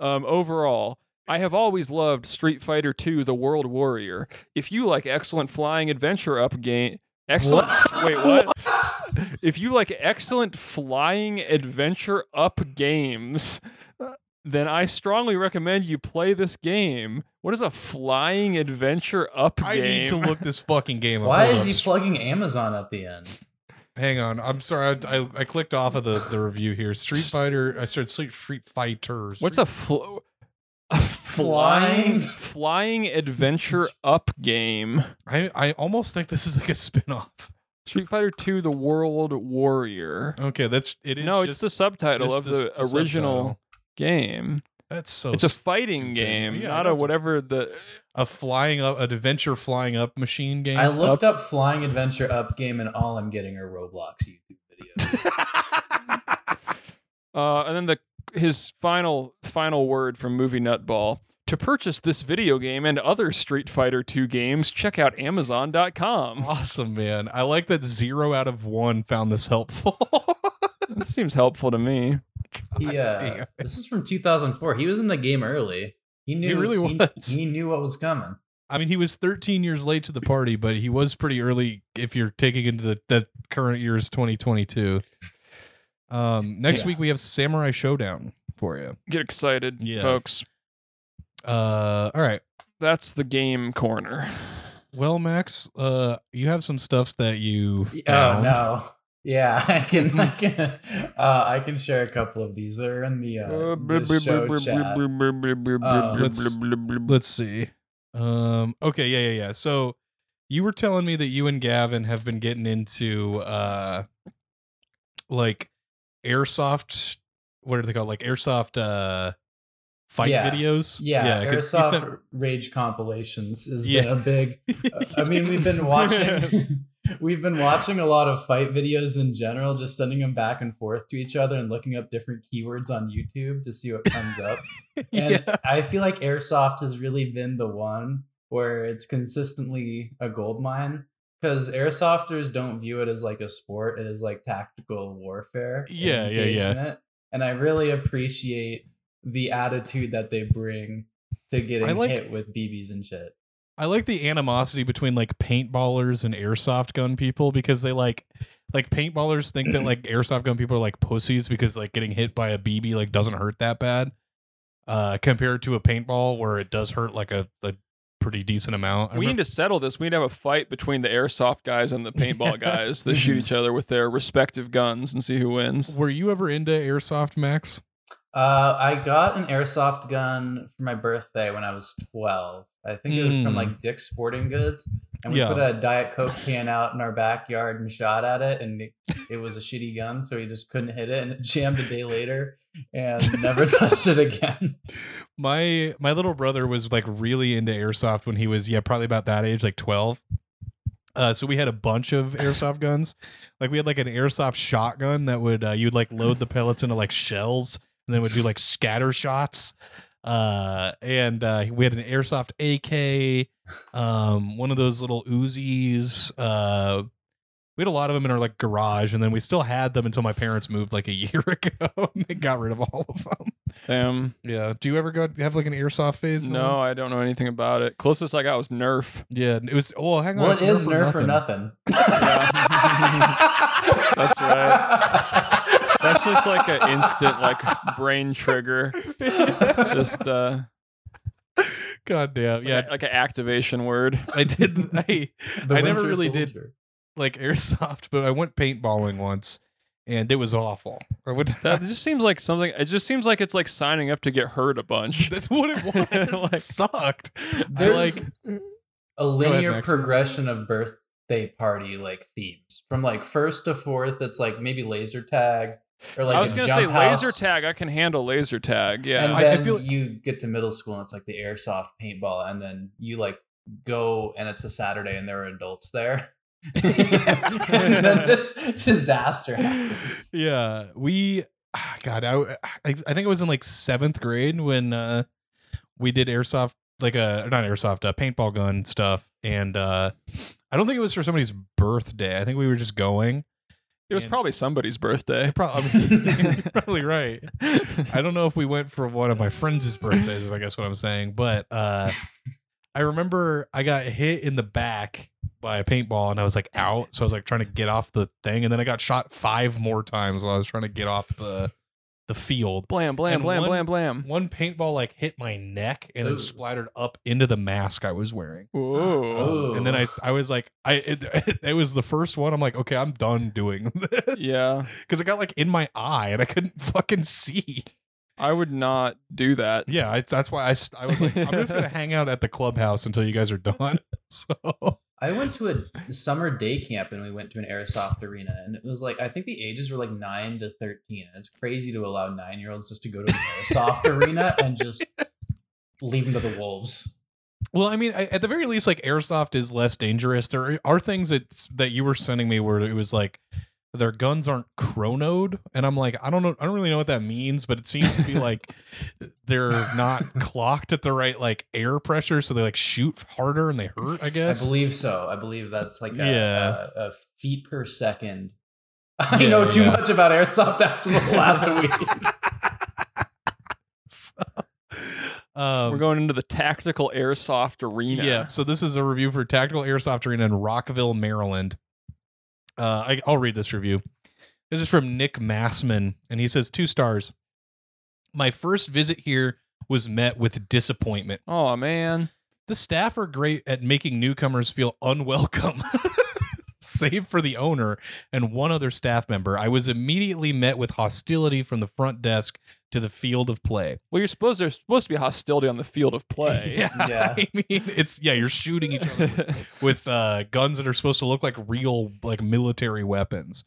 um, overall, I have always loved Street Fighter II: The World Warrior. If you like excellent flying adventure up game, excellent. Wait, what? If you like excellent flying adventure up games, then I strongly recommend you play this game. What is a flying adventure up
I
game?
need to look this fucking game up.
Why
Hold
is
up.
he plugging Amazon at the end?
Hang on. I'm sorry. I, I, I clicked off of the, the review here. Street Fighter. I started Street, Street Fighters.
What's a, fl- a
Flying?
flying flying adventure up game?
I, I almost think this is like a spin off.
Street Fighter II: The World Warrior.
Okay, that's it. Is
no,
just,
it's the subtitle
just
of the,
this- the
original
subtitle.
game.
That's so
it's a fighting
stupid.
game,
Yeah, I
not
know
a
it's a-
whatever the.
a flying up an adventure flying up machine game.
I looked up Flying Adventure Up game and all I'm getting are Roblox YouTube videos.
Uh, and then the his final final word from movie Nutball. To purchase this video game and other Street Fighter 2 games, check out Amazon.com.
Awesome, man. I like that zero out of one found this helpful.
that seems helpful to me.
God
He, uh,
damn it.
this is from 2004. He was in the game early. He knew.
really was.
He, knew what was coming.
I mean, he was 13 years late to the party, but he was pretty early if you're taking into the, the current year is 2022. Um, next
Yeah.
week, we have Samurai Showdown for you.
Get excited,
Yeah.
folks.
Uh, all right.
That's the game corner.
Well, Max, uh, you have some stuff that you.
Oh no. Yeah, I can. I can. Uh, I can share a couple of these. They're in the, uh, the show chat. Um,
Let's- Let's see. Um, okay. Yeah. Yeah. Yeah. So you were telling me that you and Gavin have been getting into, uh, like airsoft, what are they called? Like airsoft, uh, fight
Yeah.
videos.
Yeah,
'cause you
airsoft
sent-
rage compilations has
Yeah.
been a big. uh, I mean, we've been watching. we've been watching a lot of fight videos in general, just sending them back and forth to each other and looking up different keywords on YouTube to see what comes up. And
yeah.
I feel like airsoft has really been the one where it's consistently a gold mine because airsofters don't view it as like a sport; it is like tactical warfare. and
Yeah, yeah, yeah.
engagement. And I really appreciate the attitude that they bring to getting
like-
hit with BBs and shit.
I like the animosity between like paintballers and airsoft gun people because they like like paintballers think that like airsoft gun people are like pussies because like getting hit by a BB like doesn't hurt that bad. Uh compared to a paintball where it does hurt like a, a pretty decent amount. I
We need
remember-
to settle this. We need to have a fight between the airsoft guys and the paintball guys that shoot each other with their respective guns and see who wins.
were you ever into airsoft, Max?
Uh, I got an airsoft gun for my birthday when I was 12. I think it was from
Mm.
like Dick's Sporting Goods. And we
Yeah.
put a Diet Coke can out in our backyard and shot at it. And it- it was a shitty gun, so he just couldn't hit it. And it jammed a day later and never touched it again.
My my little brother was like really into airsoft when he was yeah probably about that age like twelve. Uh, so we had a bunch of airsoft guns, like we had like an airsoft shotgun that would uh, you'd like load the pellets into like shells and then would do like scatter shots. Uh, and uh, we had an airsoft AK, um, one of those little Uzis. Uh, we had a lot of them in our like garage, and then we still had them until my parents moved like a year ago and they got rid of all of them.
Damn.
Yeah. Do you ever go have like an airsoft phase? in the
No,
world?
I don't know anything about it. Closest I got was Nerf.
Yeah. It was. Oh, hang on.
well, it
it's
is
Nerf
Nerf for nothing.
That's
right.
That's just like an instant like brain trigger. Just uh
God damn.
it's like
Yeah.
a- like an activation word.
I didn't. I I never really did. like airsoft, but I went paintballing once, and it was awful. I would.
That just seems like something it just seems like it's like signing up to get hurt a bunch.
that's what it was.
Like-
it sucked. I
There's-
like.
a
ahead,
linear
Max.
progression of birthday party like themes from like first to fourth. It's like maybe laser tag or like
I was
a
gonna
jump
say
house,
laser tag. I can handle laser tag. Yeah.
and
I- I
then
feel-
you get to middle school and it's like the airsoft paintball, and then you like go and it's a Saturday and there are adults there. and then this disaster happens.
Yeah. We. ah, God. I. I I think I was in like seventh grade when uh, we did airsoft, like a not airsoft, uh, paintball gun stuff, and uh, I don't think it was for somebody's birthday. I think we were just going.
it was
and-
probably somebody's birthday.
Probably, probably right. I don't know if we went for one of my friends' birthdays, is I guess what I'm saying. But uh, I remember I got hit in the back by a paintball and I was like out. So I was like trying to get off the thing. And then I got shot five more times while I was trying to get off the the field.
Blam, blam,
And
blam,
one-
blam, blam.
One paintball like hit my neck and
Ooh.
then splattered up into the mask I was wearing.
Whoa.
Um, and then I,
Ooh.
I was like, I it, it was the first one. I'm like, okay, I'm done doing this
Yeah.
because it got like in my eye and I couldn't fucking see.
I would not do that.
Yeah, I, that's why I, st- I was like, I'm just gonna hang out at the clubhouse until you guys are done. So
I went to a summer day camp and we went to an airsoft arena and it was like I think the ages were like nine to thirteen. And it's crazy to allow nine year olds just to go to an airsoft arena and just leave them to the wolves.
well, I mean, I, at the very least, like airsoft is less dangerous. There are, are things that that you were sending me where it was like their guns aren't chronoed and i'm like i don't know i don't really know what that means but it seems to be like they're not clocked at the right like air pressure so they like shoot harder and they hurt i
I
guess
believe so. I believe that's like a,
Yeah.
a, a feet per second. I
Yeah,
know too
yeah.
much about airsoft after the last week.
So, um,
We're going into the tactical airsoft arena.
Yeah. So this is a review for Tactical Airsoft Arena in Rockville, Maryland. Uh, I, I'll read this review. This is from Nick Massman, and he says two stars. My first visit here was met with disappointment.
Oh man.
The staff are great at making newcomers feel unwelcome. Save for the owner and one other staff member, I was immediately met with hostility from the front desk to the field of play.
Well, you're supposed there's supposed to be hostility on the field of play.
Yeah,
Yeah.
I mean, it's yeah, you're shooting each other with uh, guns that are supposed to look like real like military weapons.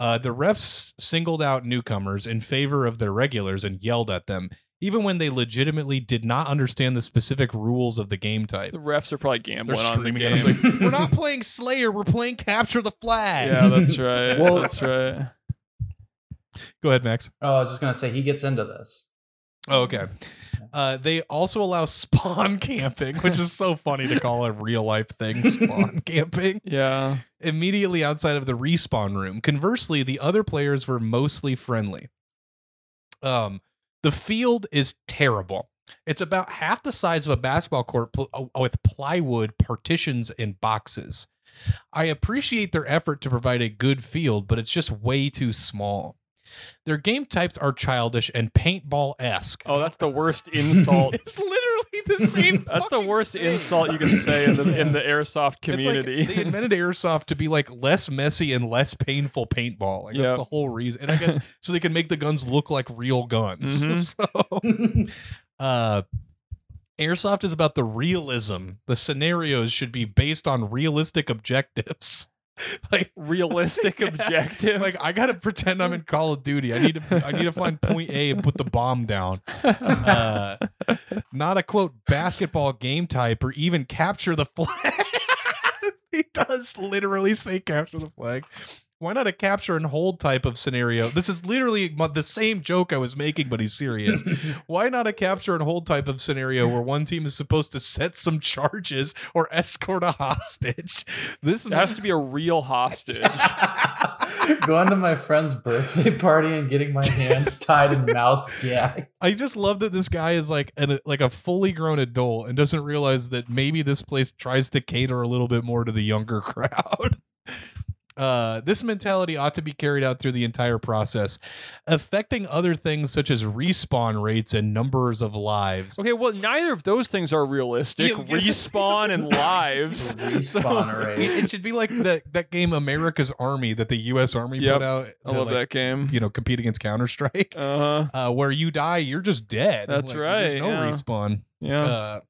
Uh, the refs singled out newcomers in favor of their regulars and yelled at them, even when they legitimately did not understand the specific rules of the game type.
the refs are probably gambling
They're
on the
screaming
game.
at us like, "We're not playing Slayer. We're playing Capture the Flag."
yeah, that's right.
Well-
that's right.
Go ahead, Max.
Oh, I was just gonna say he gets into this.
Oh, okay. Uh, they also allow spawn camping, which is so funny to call a real life thing spawn camping.
Yeah.
immediately outside of the respawn room. Conversely, the other players were mostly friendly. Um, the field is terrible. It's about half the size of a basketball court pl- uh, with plywood partitions and boxes. I appreciate their effort to provide a good field, but it's just way too small. Their game types are childish and paintball esque.
Oh, that's the worst insult.
It's literally the same.
That's the
fucking
worst
thing.
insult you can say in the in the airsoft
It's like
community.
they invented airsoft to be like less messy and less painful paintball. Like
Yep.
that's the whole reason. And I guess so they can make the guns look like real guns.
Mm-hmm.
So uh Airsoft is about the realism. The scenarios should be based on realistic objectives. like
Realistic
Yeah.
objectives.
like I gotta pretend I'm in Call of Duty. I need to I need to find point A and put the bomb down. Uh, not a quote basketball game type or even capture the flag. he does literally say capture the flag. Why not a capture and hold type of scenario? This is literally mu- the same joke I was making, but he's serious. Why not a capture and hold type of scenario where one team is supposed to set some charges or escort a hostage? This
It has to be a real hostage.
Going to my friend's birthday party and getting my hands tied and mouth gagged.
I just love that this guy is like an like a fully grown adult and doesn't realize that maybe this place tries to cater a little bit more to the younger crowd. Uh, this mentality ought to be carried out through the entire process, affecting other things such as respawn rates and numbers of lives.
Okay, well, neither of those things are realistic.
Yeah, yeah.
Respawn and lives.
Respawn
It, it
arrays.
should be like that that game America's Army that the U.S. Army
Yep.
put out.
I love
like,
that game.
You know, compete against Counter Strike,
Uh huh.
uh, where you die, you're just dead.
That's
there's
right,
no
yeah.
respawn.
Yeah.
Uh-huh.
uh,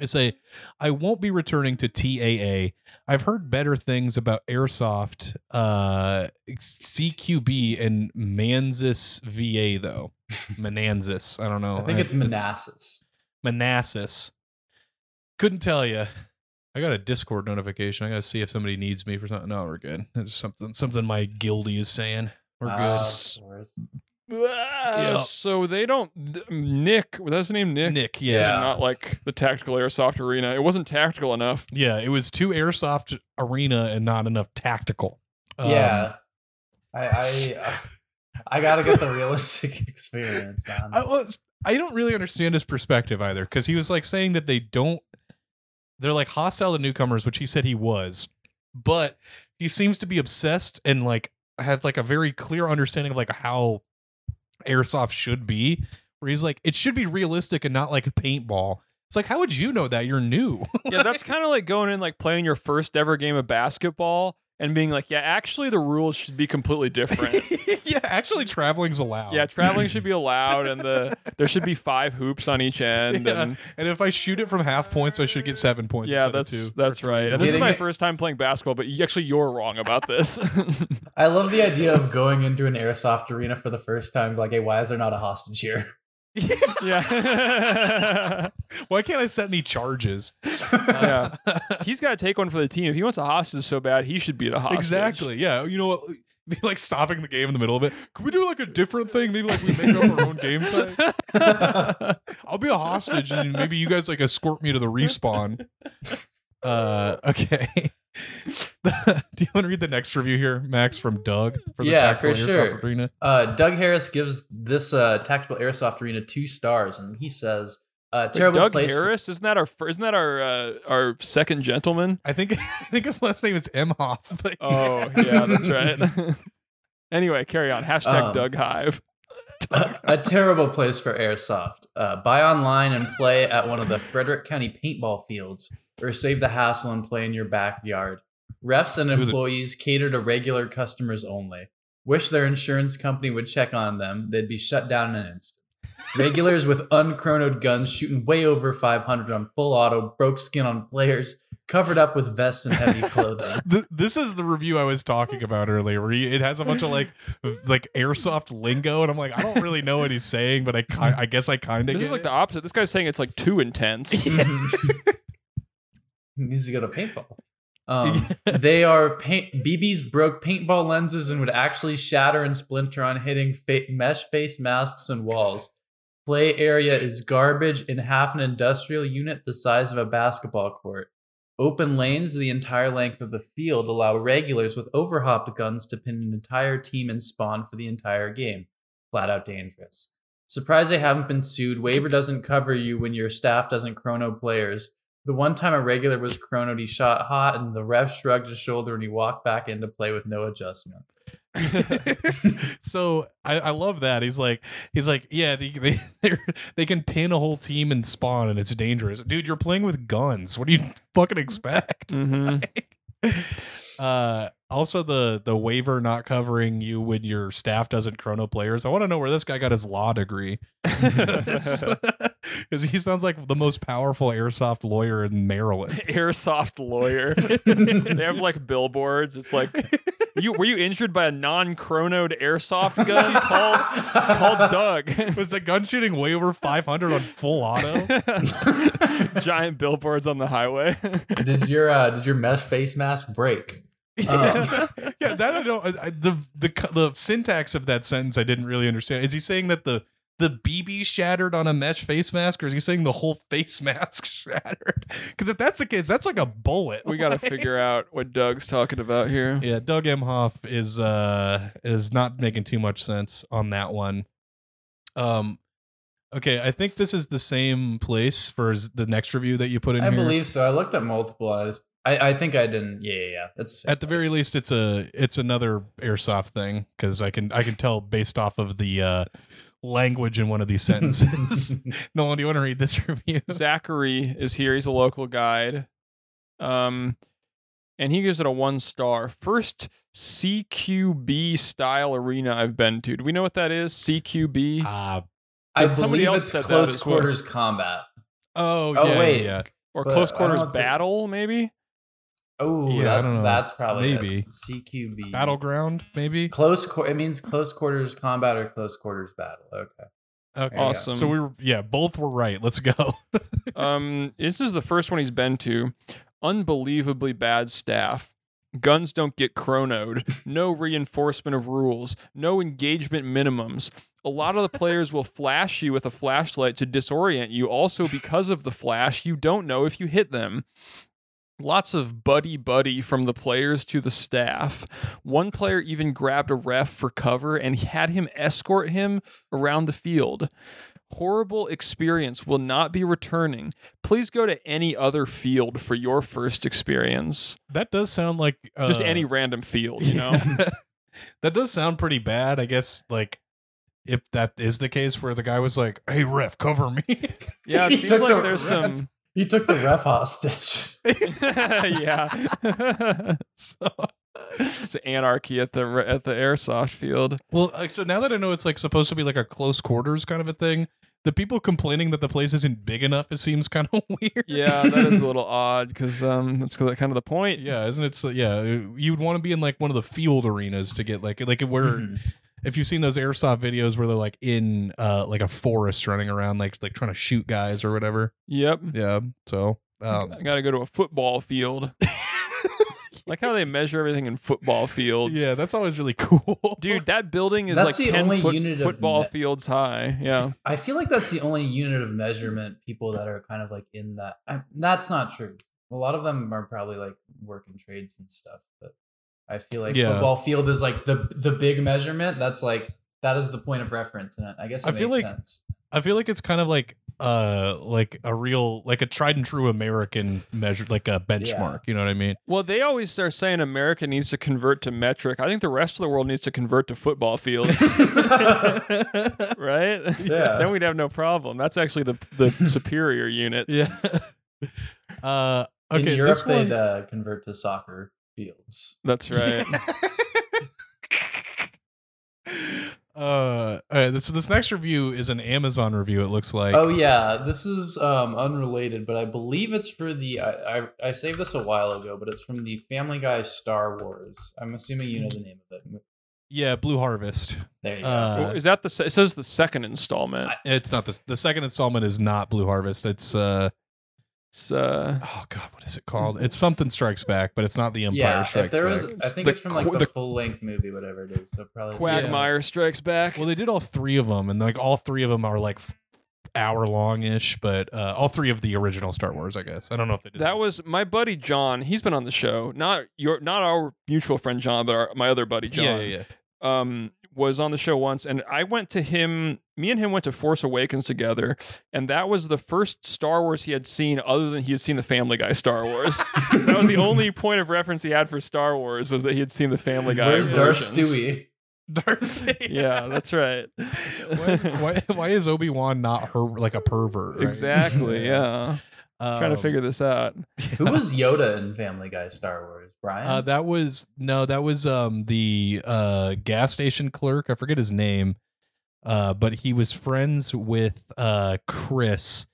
I say, I won't be returning to TAA. I've heard better things about Airsoft, uh, CQB, and Manzas VA, though. Mananzas. I don't know.
I think it's
that's-
Manassas.
Manassas. Couldn't tell you. I got a Discord notification. I got to see if somebody needs me for something. No, we're good. It's something, something my guildie is saying. We're
Ah,
good.
of course.
Ah, So they don't. th- Nick, was that his name? Nick?
Nick,
Yeah,
yeah.
Not like the tactical airsoft arena. It wasn't tactical enough.
Yeah, it was too Airsoft arena and not enough tactical. Um,
yeah. I I, I gotta get the realistic experience, man.
I was I don't really understand his perspective either because he was like saying that they don't they're like hostile to newcomers, which he said he was, but he seems to be obsessed and like has like a very clear understanding of like how airsoft should be. Where he's like, it should be realistic and not like a paintball. It's like, how would you know that you're new?
Yeah, that's kind of like going in, like playing your first ever game of basketball and being like, yeah, actually, the rules should be completely different.
yeah, actually, traveling's allowed.
yeah, traveling should be allowed, and the there should be five hoops on each end.
Yeah.
And
and if I shoot it from half points, I should get seven points.
yeah,
instead of
that's
two.
that's right. And this is
Getting
my
it-
first time playing basketball, but you, actually, you're wrong about this.
I love the idea of going into an airsoft arena for the first time, like, hey, why is there not a hostage here?
yeah.
Why can't I set any charges?
yeah. He's got to take one for the team. If he wants a hostage so bad, he should be the hostage.
Exactly. Yeah. You know what? like stopping the game in the middle of it. Could we do like a different thing? Maybe like we make up our own game type. I'll be a hostage, and maybe you guys like escort me to the respawn. Uh, okay. do you want to read the next review here, Max, from Doug for the
Yeah,
Tactical
for
Airsoft
sure.
Arena?
Uh, Doug Harris gives this uh, tactical airsoft arena two stars, and he says, uh,
Wait,
"Terrible
Doug
place." for-
Harris, isn't that our fir- isn't that our uh, our second gentleman?
I think I think his last name is Emhoff. But
Oh yeah, that's right. anyway, carry on. Hashtag
Um,
Doug Hive.
a, a terrible place for airsoft. Uh, buy online and play at one of the Frederick County paintball fields, or save the hassle and play in your backyard. Refs and
It was a-
employees cater to regular customers only. Wish their insurance company would check on them. They'd be shut down in an instant. Regulars with unchronoed guns shooting way over 500 on full auto, broke skin on players, covered up with vests and heavy clothing.
Th- this is the review I was talking about earlier. Where he, it has a bunch of like, like airsoft lingo, and I'm like, I don't really know what he's saying, but I, ki- I guess I kind of
This
get
is like
it.
the opposite. This guy's saying it's like too intense.
needs to go to paintball. Um, they are paint. BBs broke paintball lenses and would actually shatter and splinter on hitting fa- mesh face masks and walls. Play area is garbage in half an industrial unit the size of a basketball court. Open lanes the entire length of the field allow regulars with overhopped guns to pin an entire team and spawn for the entire game. Flat out dangerous. Surprised they haven't been sued. Waiver doesn't cover you when your staff doesn't chrono players. The one time a regular was chronoed, he shot hot, and the ref shrugged his shoulder and he walked back into play with no adjustment.
so I, I love that he's like he's like yeah they they they're- they can pin a whole team and spawn and it's dangerous dude you're playing with guns what do you fucking expect
Mhm.
uh also the the waiver not covering you when your staff doesn't chrono players i want to know where this guy got his law degree because he sounds like the most powerful airsoft lawyer in maryland
Airsoft lawyer. they have like billboards. It's like, you were you injured by a non-chronoed airsoft gun? call call Doug.
was the gun shooting way over 500 on full auto Um,
Giant billboards on the highway.
did your uh, did your mesh face mask break?
Yeah. yeah, that I don't. I, I- the the co- the syntax of that sentence I didn't really understand. Is he saying that the the BB shattered on a mesh face mask, or is he saying the whole face mask shattered? Because if that's the case, that's like a bullet.
we got to figure out what Doug's talking about here.
Yeah, Doug Emhoff is uh is not making too much sense on that one. Um, okay, I think this is the same place for s- the next review that you put in.
I
here.
believe so. I looked at multiple. I, just- I, I think I didn't. Yeah, yeah, yeah. That's same
at the very
place.
least it's a it's another airsoft thing because i can i can tell based off of the uh language in one of these sentences nolan do you want to read this review
Zachary is here. He's a local guide. Um, and he gives it a one star. First CQB style arena I've been to. Do we know what that is? CQB?
uh,
I
somebody
believe
else
it's
said that
close
as well.
quarters combat.
oh,
Oh,
yeah,
wait.
yeah,
or
but
close
I
quarters
don't think-
battle, maybe?
Oh,
Yeah, I
that's,
don't know.
that's probably it.
Maybe.
CQB
yeah. battleground maybe
Close. Qu- it means close quarters combat or close quarters battle. Okay.
okay
There you go.
Awesome.
so we were yeah both were right let's go
um, this is the first one he's been to. Unbelievably bad staff. Guns don't get chronoed. No reinforcement of rules. No engagement minimums. A lot of the players will flash you with a flashlight to disorient you. Also, because of the flash, you don't know if you hit them. Lots of buddy buddy from the players to the staff. One player even grabbed a ref for cover and he had him escort him around the field horrible experience will not be returning. Please go to any other field for your first experience.
that does sound like uh,
Just any random field, you know?
that does sound pretty bad i guess like if that is the case where the guy was like hey ref cover me
yeah,
He
it seems
took
like
the
there's
ref.
some.
You took the ref hostage.
yeah.
so
It's anarchy at the at the airsoft field.
Well, like, so now that I know it's like supposed to be like a close quarters kind of a thing, the people complaining that the place isn't big enough, it seems kind of weird.
Yeah, that is a little odd because um, that's kind of the point.
Yeah, isn't it? So, yeah, you'd want to be in like one of the field arenas to get like like where
Mm-hmm.
if you've seen those airsoft videos where they're like in uh like a forest running around like like trying to shoot guys or whatever.
Yep.
Yeah, so um,
I gotta go to a football field. like how they measure everything in football fields.
Yeah, that's always really cool.
Dude, that building is
That's
like
the
10
only
foot-
unit of
football
net-
fields high. Yeah.
I feel like that's the only unit of measurement people that are kind of like in that. I, that's not true. A lot of them are probably like working trades and stuff, but I feel like
Yeah.
football field is like the the big measurement. That's like that is the point of reference, and I guess it
I
makes
feel like-
sense.
I feel like it's kind of like uh like a real like a tried and true American measure like a benchmark. You know what I mean?
Well, they always are saying America needs to convert to metric. I think the rest of the world needs to convert to football fields, right?
Yeah.
then we'd have no problem. That's actually the the superior unit.
yeah. Uh okay.
in Europe,
this one-
they'd uh, convert to soccer fields.
That's right.
uh, all right, this this next review is an Amazon review. It looks like.
oh yeah, this is um, unrelated, but I believe it's for the. I, I I saved this a while ago, but it's from the Family Guy Star Wars. I'm assuming you know
Mm.
the name of it.
yeah, Blue Harvest.
There you go.
Uh,
is that the se- it says the second installment?
it's not the the second installment is not Blue Harvest. It's uh
It's uh
oh god, what is it called? It's something Strikes Back, but it's not the Empire
yeah,
Strikes
if there
Back.
was, I
It's
think
the
it's from like
qu-
the,
the-
full length movie, whatever it is. So probably
Quagmire Strikes Back.
Well, they did all three of them, and like all three of them are like hour long ish, but uh, all three of the original Star Wars, I guess. I don't know if they did
that was my buddy John. He's been on the show. Not your not our mutual friend John, but our, my other buddy John.
yeah, yeah, yeah.
um, was on the show once, and I went to him. Me and him went to Force Awakens together, and that was the first Star Wars he had seen, other than he had seen the Family Guy Star Wars. so that was the only point of reference he had for Star Wars was that he had seen the Family Guy.
Where's Darth
versions.
Stewie?
Darcy.
Yeah, that's right.
why, is, why, why is Obi Wan not her like a pervert? right?
Exactly. Yeah, trying to
Um,
figure this out.
Who was Yoda in Family Guy Star Wars? Brian.
Uh, that was no, that was um the uh gas station clerk. I forget his name, uh, but he was friends with uh Chris,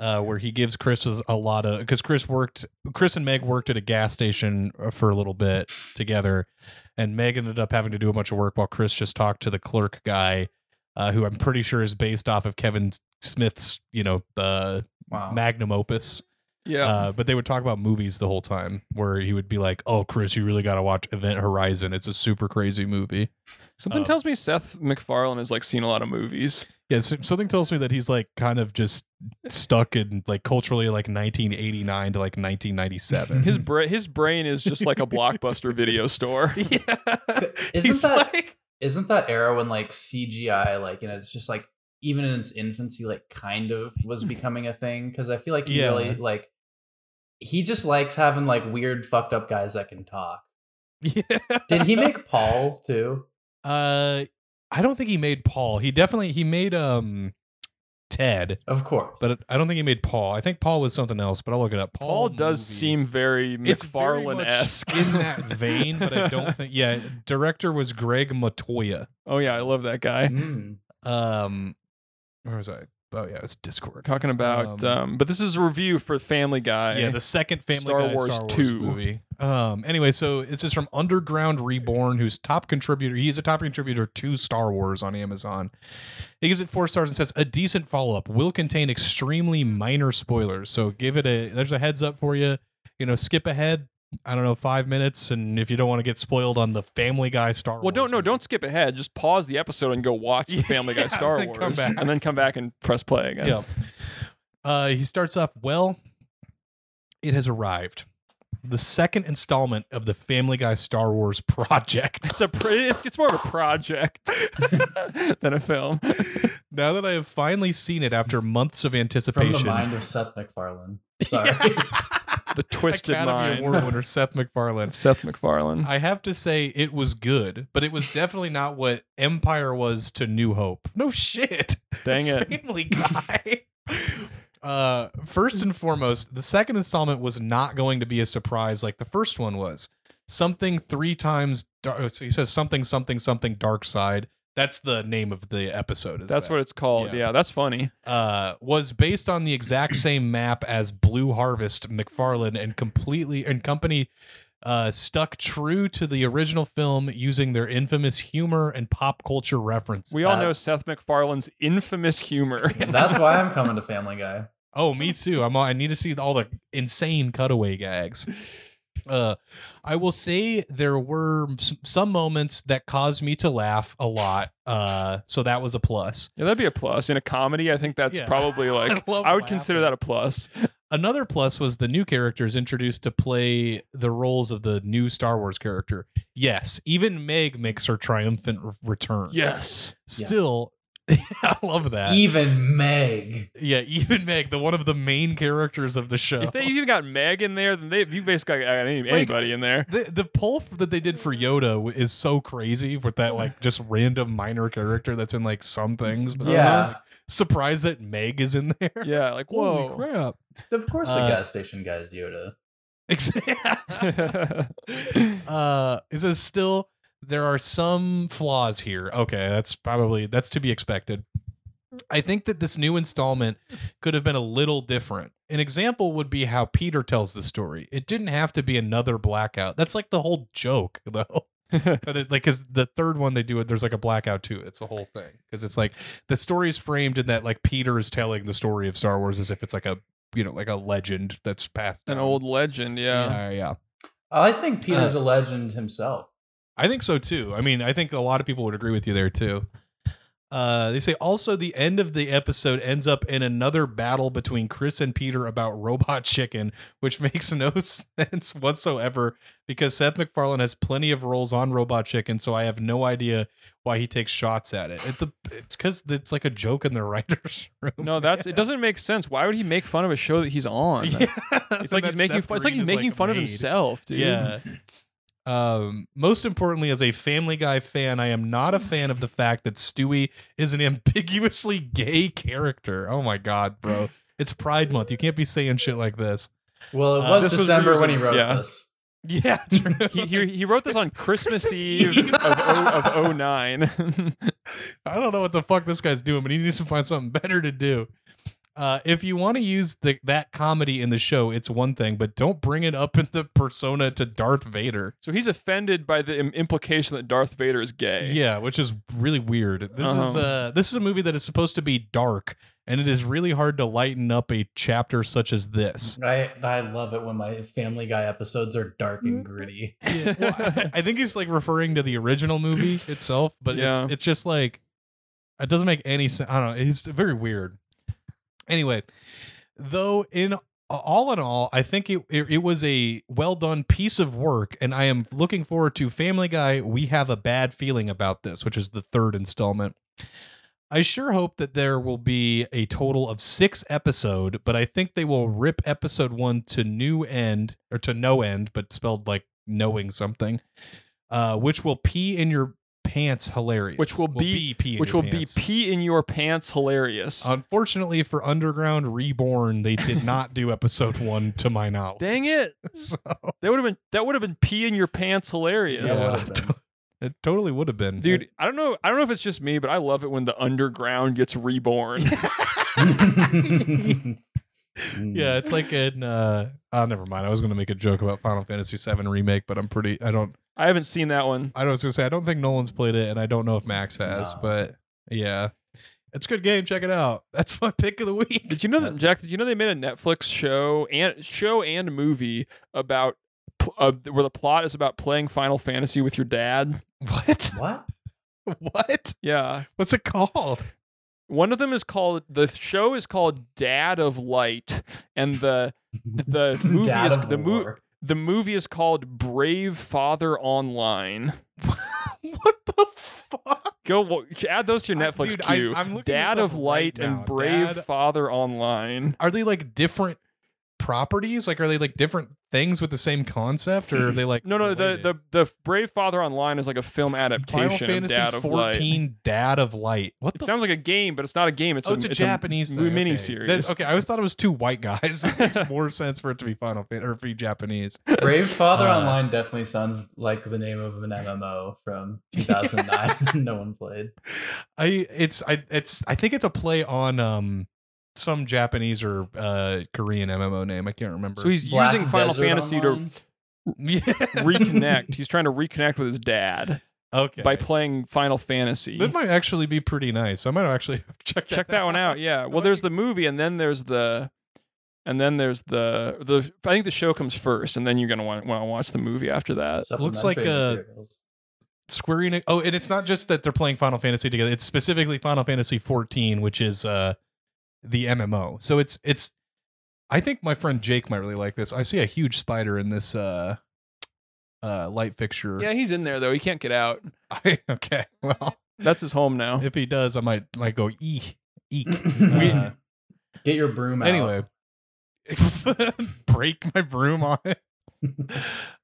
uh, where he gives Chris a a lot of because Chris worked, Chris and Meg worked at a gas station uh, for a little bit together, and Meg ended up having to do a bunch of work while Chris just talked to the clerk guy, uh, who I'm pretty sure is based off of Kevin Smith's you know uh,
wow.
magnum opus.
Yeah.
Uh, but they would talk about movies the whole time, where he would be like, "Oh, Chris, you really got to watch Event Horizon. It's a super crazy movie."
Something
um,
tells me Seth MacFarlane has like seen a lot of movies.
Yeah, so, something tells me that he's like kind of just stuck in like culturally like 1989 to like 1997.
His bra- his brain is just like a blockbuster video store.
yeah,
Isn't
He's
that-
like-
Isn't that era when like CGI, like you know, it's just like even in its infancy, like kind of was becoming a thing? Because I feel like he
Hmm. Yeah.
really like he just likes having like weird, fucked up guys that can talk.
yeah.
Did he make Paul too?
Uh, I don't think he made Paul. He definitely he made um Ted,
Of course.
but I don't think he made Paul. I think Paul was something else, but I'll look it up.
Paul does
movie.
seem very
It's very much
McFarlane esque
in that vein, but I don't think. Yeah, director was Greg Matoya.
oh yeah, I love that guy.
Mm.
Um, where was I? Oh yeah, it's Discord.
Talking about,
Um,
um, but this is a review for Family Guy.
Yeah, the second Family
Star
Guy
Wars
Star Wars
2.
movie. Um, anyway, so it's just from Underground Reborn, who's top contributor. He's a top contributor to Star Wars on Amazon. He gives it four stars and says a decent follow up will contain extremely minor spoilers. So give it a there's a heads up for you. You know, skip ahead. I don't know, five minutes, and if you don't want to get spoiled on the Family Guy Star
well,
Wars,
don't no,
movie.
don't skip ahead. Just pause the episode and go watch the Family Guy
Yeah,
Star
then
Wars,
come back.
and then come back and press play again.
Yeah. Uh, he starts off well. It has arrived. The second installment of the Family Guy Star Wars project.
It's a pr- it's, it's more of a project than a film.
now that I have finally seen it after months of
From
anticipation,
the mind of Seth MacFarlane. Sorry.
The twisted
Academy
mind
Award winner Seth MacFarlane.
of Seth MacFarlane.
I have to say it was good, but it was definitely not what Empire was to New Hope. No shit.
Dang
It's
it.
Family Guy. uh, first and foremost, the second installment was not going to be a surprise like the first one was. Something three times dark. So he says something, something, something dark side. That's the name of the episode. Is
That's
that.
what it's called.
Yeah.
Yeah, that's funny.
uh, was based on the exact same map as Blue Harvest McFarlane and completely and company uh, stuck true to the original film using their infamous humor and pop culture references.
We all
Uh,
know Seth MacFarlane's infamous humor.
That's why I'm coming to Family Guy.
oh, me too. I'm all, I need to see all the insane cutaway gags. Uh, I will say there were s- some moments that caused me to laugh a lot. Uh, so that was a plus.
Yeah, that'd be a plus. In a comedy, I think that's
Yeah.
probably like
I love
I, would
laughing.
consider that a plus.
Another plus was the new characters introduced to play the roles of the new Star Wars character. Yes, even Meg makes her triumphant r- return.
Yes.
Still, I love that.
E- Even Meg.
yeah, even Meg, the one of the main characters of the show.
If they even got Meg in there, then they you basically got any-
Like-
anybody in there.
the the poll f- that they did for Yoda w- is so crazy with that like just random minor character that's in like some things. But
Yeah.
I'm surprised that Meg is in there.
Yeah, like
Holy
whoa.
crap!
Of course, the
Uh,
gas station guy is Yoda.
Ex- uh, it says still there are some flaws here. Okay, that's probably that's to be expected. I think that this new installment could have been a little different. An example would be how Peter tells the story. It didn't have to be another blackout. That's like the whole joke, though. But it- like, because the third one they do it, there's like a blackout too. It's the whole thing because it's like the story is framed in that like Peter is telling the story of Star Wars as if it's like a you know like a legend that's passed
An
down.
old legend,
yeah
yeah.
yeah.
I think
uh,
Peter's a legend himself.
I think so too. I mean, I think a lot of people would agree with you there too. Uh, they say also the end of the episode ends up in another battle between Chris and Peter about robot chicken, which makes no sense whatsoever because Seth MacFarlane has plenty of roles on robot chicken, so I have no idea why he takes shots at it. It's the it's because it's like a joke in the writers' room.
No, that's it doesn't make sense. Why would he make fun of a show that he's on?
Yeah.
It's like he's
That's
making
Seth
fun, it's like he's
Green's,
making fun of
made.
himself, dude.
Yeah. Um, most importantly, as a Family Guy fan, I am not a fan of the fact that Stewie is an ambiguously gay character. Oh my god, bro. It's Pride Month. You can't be saying shit like this.
Well, it
Uh,
was
this was
December
years
when he
ago.
wrote
Yeah.
this.
Yeah, true.
He, he, he wrote this on Christmas,
Christmas
Eve,
Eve.
of, oh o, of 09.
I don't know what the fuck this guy's doing, but he needs to find something better to do. Uh, if you want to use the, that comedy in the show, it's one thing, but don't bring it up in the persona to Darth Vader.
so he's offended by the im- implication that Darth Vader is gay.
Yeah, which is really weird. This is
Uh-huh.
uh this is a movie that is supposed to be dark, and it is really hard to lighten up a chapter such as this.
I I love it when my Family Guy episodes are dark
Mm-hmm.
and gritty.
Well, I, I think he's like referring to the original movie itself, but
Yeah.
it's it's just like it doesn't make any sense. I don't know. It's very weird. Anyway, though in all in all, I think it, it it was a well done piece of work, and I am looking forward to Family Guy. We have a bad feeling about this, which is the third installment. I sure hope that there will be a total of six episode, but I think they will rip episode one to new end or to no end, but spelled like knowing something, uh, which will pee in your pants hilarious.
Which will be-
pee in
Which
your
will be
pants. Oh,
pee in your pants hilarious.
Unfortunately for Underground Reborn, they did not do episode one to my knowledge.
Dang it.
So,
That would have been that would have been pee in your pants hilarious.
Yeah.
yeah, to- it totally would have been.
Dude, I don't know I don't know if it's just me, but I love it when the underground gets reborn.
Yeah, it's like in uh oh never mind. I was gonna make a joke about Final Fantasy VII remake, but I'm pretty I don't
I haven't seen that one.
I was gonna say I don't think Nolan's played it and I don't know if Max has,
No.
but yeah. It's a good game, check it out. That's my pick of the week.
Did you know that Jack? Did you know they made a Netflix show and show and movie about pl- uh, where the plot is about playing Final Fantasy with your dad?
What?
what?
What?
Yeah,
What's it called?
one of them is called the show is called Dad of Light, and the the movie
Dad
is
of
the movie
War.
the movie is called Brave Father Online.
what the fuck?
Go wa- add those to your
I-
Netflix
dude, I-
queue.
I'm looking
Dad
this up
of
right
Light
now.
and Brave
Dad-
Father Online.
Are they like different properties? Like are they like different things with the same concept or are they like
No, no, the,
related?
the the Brave Father Online is like a film
Final
adaptation
Fantasy
of Dad of Light.
14 Dad of Light. What
It
the
sounds like a game, but it's not a game. It's
oh,
a,
it's a Japanese
m-
thing.
mini
okay.
series.
That's- okay, I always thought it was two white guys. It makes more sense for it to be Final Fan or be Japanese.
Brave Father
Uh,
Online definitely sounds like the name of an MMO from 2009. no one played.
I it's I it's I think it's a play on um some Japanese or uh Korean MMO name. I can't remember.
So he's
Black
using Final
Desert
Fantasy
Online?
yeah.
to reconnect. He's trying to reconnect with his dad
okay.
by playing Final Fantasy.
that might actually be pretty nice. I might actually check that
Check that one out. Yeah. Well, there's the movie, and then there's the and then there's the the I think the show comes first, and then you're gonna want, want to watch the movie after that.
uh, Looks like,
Supplementary
uh,
materials.
Square Enix. Oh, and it's not just that they're playing Final Fantasy together. It's specifically Final Fantasy 14, which is uh the MMO. So it's it's. I think my friend Jake might really like this. I see a huge spider in this uh uh light fixture.
Yeah, he's in there though. He can't get out.
I, okay. Well,
That's his home
Oh.
now.
if he does, I might might go eek eek.
Mm, We-
Uh,
Get your broom out.
anyway, break my broom on it.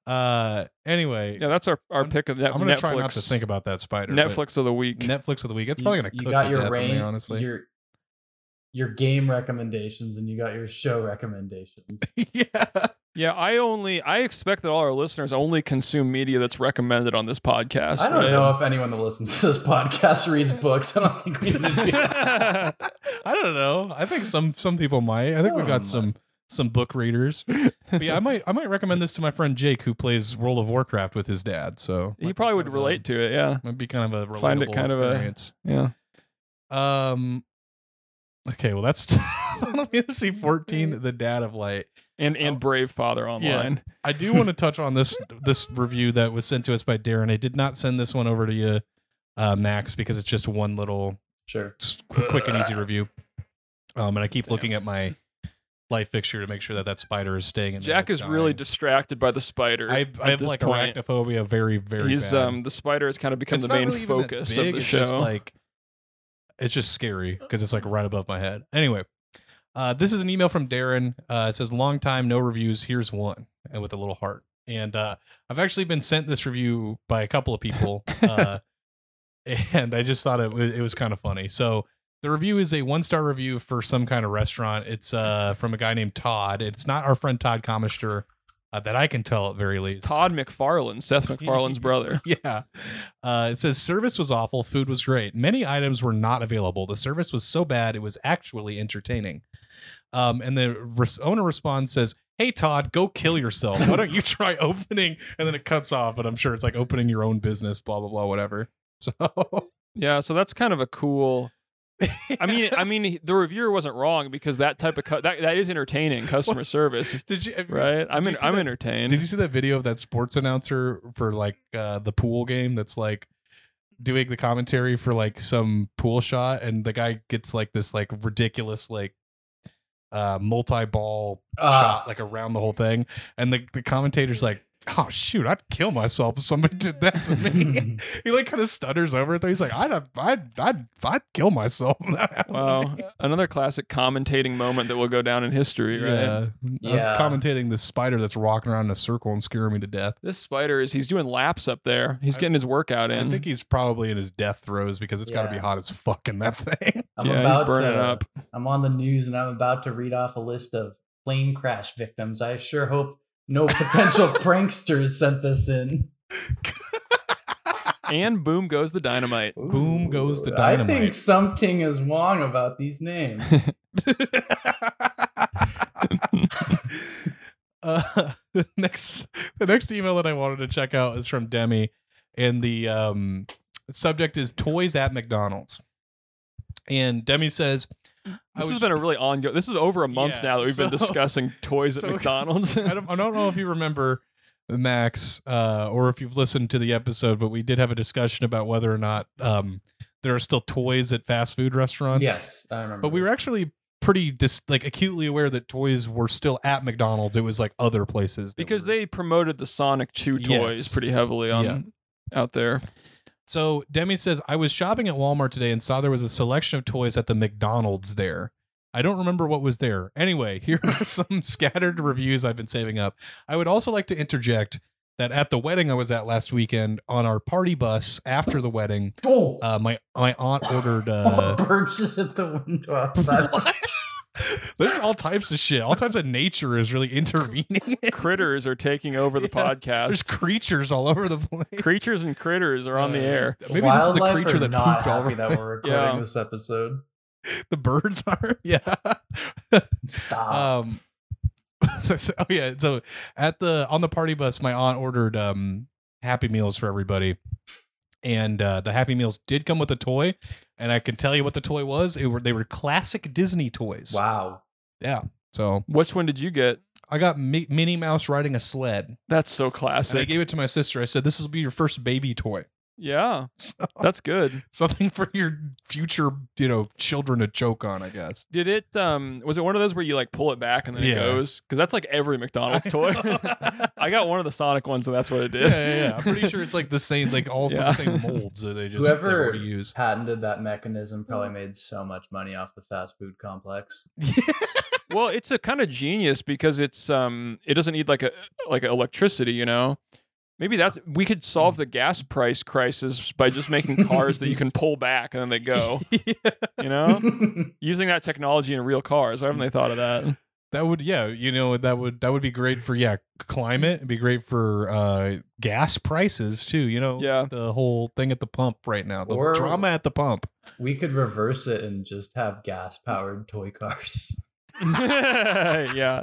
Uh, anyway,
Yeah, that's our, our
I'm-
pick of that.
I'm gonna
Netflix,
try not to think about that spider. but
Netflix of the week.
Netflix of the week. It's
You-
probably gonna
you
cook
got
to
your
death on me,
rank,
honestly.
your your game recommendations, and you got your show recommendations.
yeah.
yeah, I only I expect that all our listeners only consume media that's recommended on this podcast.
I don't
right?
know if anyone that listens to this podcast reads books. I don't think we need to be-
I don't know. I think some some people might. I think we've got
Some
some some book readers. But yeah, I might I might recommend this to my friend Jake who plays World of Warcraft with his dad. So
he probably would relate to it. Yeah,
Might be kind of a relatable
Find it kind of a-
experience.
yeah.
Um. Okay, well that's Final Fantasy 14, the dad of light.
And and
Oh.
brave father online.
I do want to touch on this this review that was sent to us by Darren. I did not send this one over to you, uh, Max, because it's just one little
sure.
s- quick and
Uh.
easy review. Um, and I keep looking at my life fixture to make sure that that spider is staying. in there.
Jack
It's
is really
dying.
distracted by the spider.
I,
at
I have
this
like
point.
arachnophobia very very.
He's
bad.
um the spider has kind of become
It's
the
not
main
really even that
focus of
big,
the
it's
show.
Just like it's just scary because it's like right above my head. Anyway, uh, this is an email from Darren. Uh, it says, "Long time no reviews. Here's one," and with a little heart. And uh, I've actually been sent this review by a couple of people, uh, and I just thought it, wa- it was kind of funny. So the review is a one star review for some kind of restaurant. It's uh, from a guy named Todd. It's not our friend Todd Comister uh, that I can tell at very least.
It's Todd McFarlane, Seth MacFarlane's brother.
Yeah. Uh, it says service was awful, food was great. Many items were not available. The service was so bad, it was actually entertaining. Um, and the res- owner responds says, "Hey Todd, go kill yourself. Why don't you try opening?" And then it cuts off. But I'm sure it's like opening your own business, blah blah blah, whatever. So
Yeah, so that's kind of a cool. I mean, I mean, the reviewer wasn't wrong because that type of cu- that that is entertaining customer service,
did you
right? I'm
you
en-
see
I'm
that-
entertained.
Did you see that video of that sports announcer for like uh, the pool game that's like doing the commentary for like some pool shot and the guy gets like this like ridiculous like uh multi-ball
Uh,
shot like around the whole thing and the, the commentator's like oh shoot i'd kill myself if somebody did that to me
Uh,
he like kind of stutters over it though he's like i'd i'd i'd, I'd kill myself if that happened to
wow,
me."
another classic commentating moment that will go down in history, right?
yeah
Yeah.
I'm commentating the spider that's walking around in a circle and scaring me to death
This spider is he's doing laps up there. He's
I-
getting his workout in.
I think he's probably in his death throes because it's got to be
Yeah.
hot as fuck in that thing.
I'm
yeah,
about
he's burning
to,
up.
I'm on the news and I'm about to read off a list of plane crash victims. I sure hope no potential pranksters sent this in.
And boom goes the dynamite.
Boom goes the
I
dynamite.
think something is wrong about these names.
uh, the next, the next email that I wanted to check out is from Demi, and the um, subject is toys at McDonald's. And Demi says, I
This
was-
has been a really ongoing. This is over a month
Yeah,
now that we've been
so-
discussing toys at
so-
McDonald's.
I don't, I don't know if you remember Max uh, or if you've listened to the episode, but we did have a discussion about whether or not um, there are still toys at fast food restaurants.
yes, I remember.
But we were actually pretty dis- like acutely aware that toys were still at McDonald's. It was like other places that
because
were-
they promoted the Sonic 2 toys
Yes.
pretty heavily on
Yeah.
out there.
So Demi says, I was shopping at Walmart today and saw there was a selection of toys at the McDonald's there. I don't remember what was there. Anyway, here are some scattered reviews I've been saving up. I would also like to interject that at the wedding I was at last weekend on our party bus after the wedding,
oh,
uh, my my aunt ordered. Uh,
Birds at the window outside.
there's all types of shit. All types of nature is really intervening.
Critters are taking over the
Yeah, There's
podcast.
creatures all over the place.
Creatures and critters are on the
Uh,
air.
Maybe this is the
Wildlife
creature
are
that
not
pooped all
happy
over.
that we're recording
Yeah.
this episode.
The birds are. Yeah.
Stop.
um so- so- oh yeah so at the on the party bus my aunt ordered um happy meals for everybody and uh the happy meals did come with a toy and i can tell you what the toy was it were they were classic disney toys
wow.
yeah So
Which one did you get?
I got Mi- Minnie Mouse riding a sled.
That's so
And I
classic.
gave it to my sister. I said, "This will be your first baby toy,
yeah, that's good.
something for your future, you know, children to choke on." I guess.
Did it? Um, was it one of those where you like pull it back and then
Yeah.
it goes? Because that's like every McDonald's toy. I got one of the Sonic ones and that's what it
Yeah,
did.
yeah, yeah. I'm pretty sure it's like the same, like all from
Yeah.
the same molds that they just they
Whoever
already use.
patented that mechanism probably made so much money off the fast food complex.
well, it's a kind of genius because it's um, it doesn't need like a like electricity, you know. Maybe that's we could solve the gas price crisis by just making cars that you can pull back and then they go. You know, using that technology in real cars. Why haven't they thought of that?
That would, yeah, you know, that would that would be great for yeah, climate. It'd be great for uh gas prices too. You know,
Yeah.
the whole thing at the pump right now, the
Or-
drama at the pump.
we could reverse it and just have gas powered toy cars.
yeah.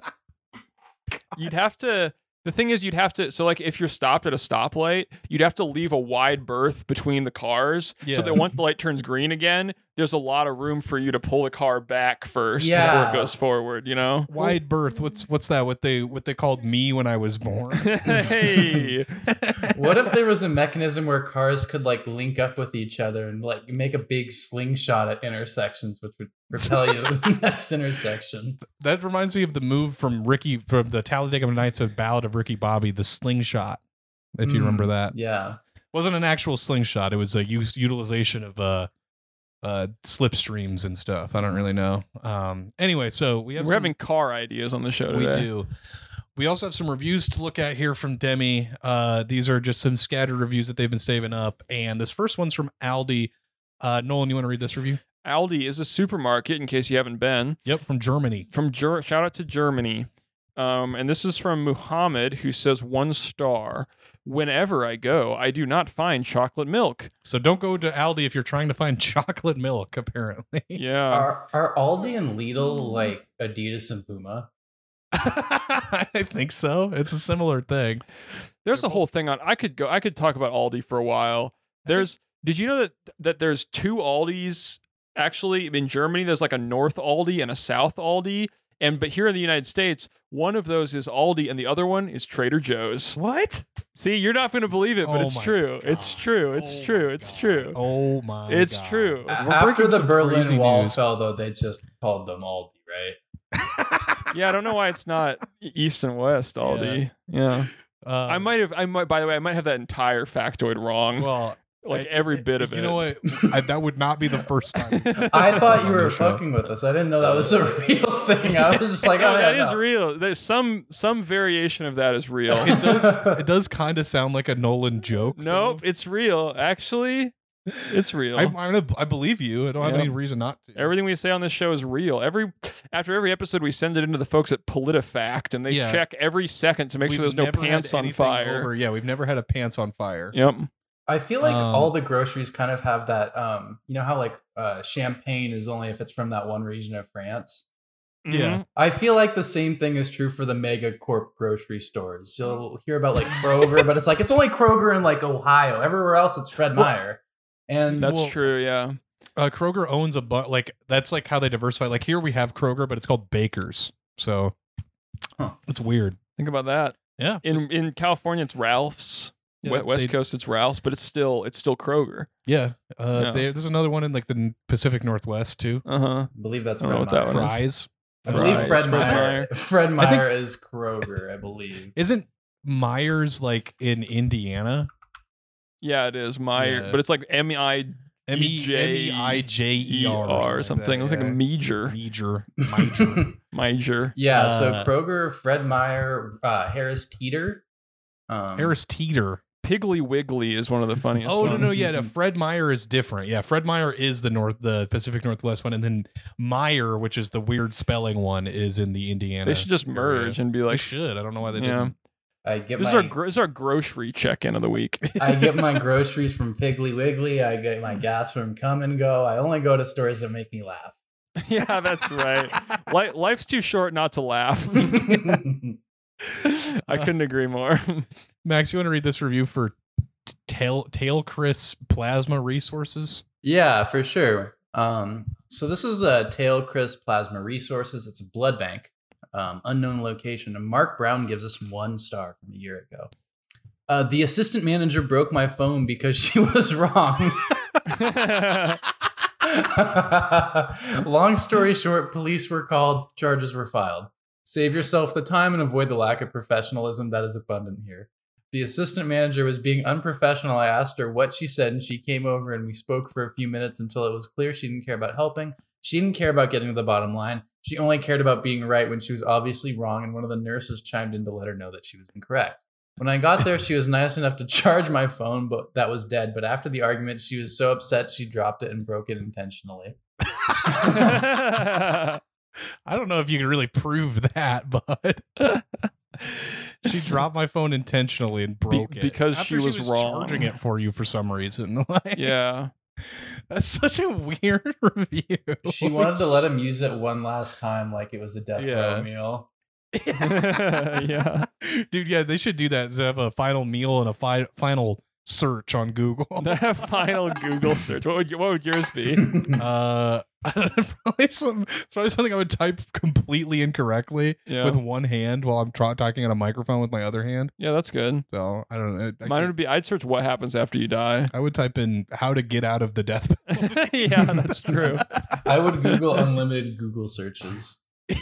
You'd have to. The thing is, you'd have to. So, like, if you're stopped at a stoplight, you'd have to leave a wide berth between the cars,
Yeah.
so that once the light turns green again, there's a lot of room for you to pull the car back first before
Yeah.
it goes forward. You know?
Wide berth. What's what's that? What they what they called me when I was born.
hey,
What if there was a mechanism where cars could like link up with each other and like make a big slingshot at intersections, which would propel you to the next intersection?
That reminds me of the move from Ricky from the Talladega Nights of Ballad of Ricky Bobby, the slingshot. If you
Mm.
remember that,
Yeah.
wasn't an actual slingshot. It was a use, utilization of uh, uh, slipstreams and stuff. I don't really know. Um, anyway, so we
we're
have some-
having car ideas on the show
we
today.
do. We also have some reviews to look at here from Demi. Uh, these are just some scattered reviews that they've been saving up, and this first one's from Aldi. Uh, Nolan, you want to read this review?
Aldi is a supermarket, in case you haven't been.
Yep, from Germany.
from Ger- shout out to Germany. Um, and this is from Muhammad, who says one star. Whenever I go, I do not find chocolate milk.
So don't go to Aldi if you're trying to find chocolate milk. Apparently,
Yeah,
Are are Aldi and Lidl like Adidas and Puma?
I think so. It's a similar thing.
there's a whole thing on. I could go. I could talk about Aldi for a while. There's. Did you know that that there's two Aldis actually in Germany? There's like a North Aldi and a South Aldi. And but here in the United States, one of those is Aldi and the other one is Trader Joe's.
What?
See, you're not going to believe it, but
Oh
it's
my
true. It's
God.
true. It's
Oh
true.
my
It's
God.
true.
Oh my!
It's
God.
true.
We're
After
breaking
the
some
Berlin
crazy
Wall
news.
fell, though, they just called them Aldi, right?
yeah, I don't know why it's not e, east and west, Aldi. Yeah.
Uh,
I might have I might by the way, I might have that entire factoid wrong.
Well,
like
I-
every bit of it.
You know what? I, that would not be the first time.
I thought you
On
were
your show.
fucking with us. I didn't know that was a real thing. I was just like,
No,
oh,
that
yeah,
is
no.
real. There's some some variation of that is real.
It does. It does kind of sound like a Nolan joke.
nope, it's real. Actually, it's real.
I, I'm gonna, I believe you. I don't have
Yeah.
any reason not to.
Everything we say on this show is real. Every after every episode, we send it into the folks at PolitiFact, and they
Yeah.
check every second to make
We've
sure there's no
never had
pants on
anything
fire.
over- Yeah, we've never had a pants on fire.
Yep.
I feel like
Um,
all the groceries kind of have that. Um, you know how like uh, champagne is only if it's from that one region of France.
Yeah.
Mhm.
I feel like the same thing is true for the mega corp grocery stores. You'll hear about like Kroger, but it's like it's only Kroger in like Ohio. Everywhere else, it's Fred Meyer. And
that's
Well-
true. Yeah.
Uh, Kroger owns a but like that's like how they diversify. Like here we have Kroger, but it's called Baker's. So
Huh.
it's weird.
Think about that.
Yeah.
in
just-
in California it's Ralph's.
Yeah,
West, West
they-
Coast it's Ralph's, but it's still it's still Kroger.
yeah. Uh,
Yeah.
there- there's another one in like the n- Pacific Northwest too.
Uh huh.
I believe that's
I don't know
Fred
what that
Meyer.
one is.
Fries
I
Fries,
believe Fred
Fred
Meyer.
Meyer.
Fred
I think-
Meyer is Kroger, I believe.
isn't Myers like in Indiana?
Yeah, it is Meyer,
Yeah.
but it's like M I
M E M E I J E
E
R
R or something. It was like a major,
major major.
major.
yeah, so
Uh,
Kroger, Fred Meyer, uh, Harris Teeter. Um,
Harris Teeter.
Piggly Wiggly is one of the funniest.
Oh no no
ones.
yeah no, Fred Meyer is different. Yeah, Fred Meyer is the north the Pacific Northwest one, and then Meyer, which is the weird spelling one, is in the Indiana.
They should just
area.
merge and be
They
like.
should. I don't know why they
Yeah.
didn't.
I get
This
my
is our gro- this is our grocery check in of the week.
I get my groceries from Piggly Wiggly. I get my gas from Come and Go. I only go to stores that make me laugh.
yeah, that's right. Li- life's too short not to laugh. I couldn't agree more.
Max, you want to read this review for T- Tail Tail Chris Plasma Resources?
yeah, for sure. Um, so this is a Tail Crisp Plasma Resources. It's a blood bank. um, unknown location. And Mark Brown gives us one star from a year ago. Uh, the assistant manager broke my phone because she was wrong. Long story short, police were called, charges were filed. Save yourself the time and avoid the lack of professionalism that is abundant here. The assistant manager was being unprofessional. I asked her what she said, and she came over and we spoke for a few minutes until it was clear she didn't care about helping. She didn't care about getting to the bottom line. She only cared about being right when she was obviously wrong, and one of the nurses chimed in to let her know that she was incorrect. When I got there, she was nice enough to charge my phone, but that was dead. But after the argument, she was so upset she dropped it and broke it intentionally.
I don't know if you can really prove that, but she dropped my phone intentionally and broke it
because she
After
was wrong.
charging it for you for some reason. Like,
yeah.
that's such a weird review.
She wanted to let him use it one last time, like it was a death
Yeah.
row meal.
Yeah.
dude. Yeah, they should do that. To have a final meal and a fi- final search on Google.
The final Google search. What would, you, what would yours be?
uh, I don't know, probably some it's probably something I would type completely incorrectly
Yeah.
with one hand while I'm tra- talking on a microphone with my other hand.
yeah, that's good.
So I don't know. I, I
Mine
could-
would be I'd search what happens after you die.
I would type in how to get out of the death
yeah, that's true.
I would Google unlimited Google searches.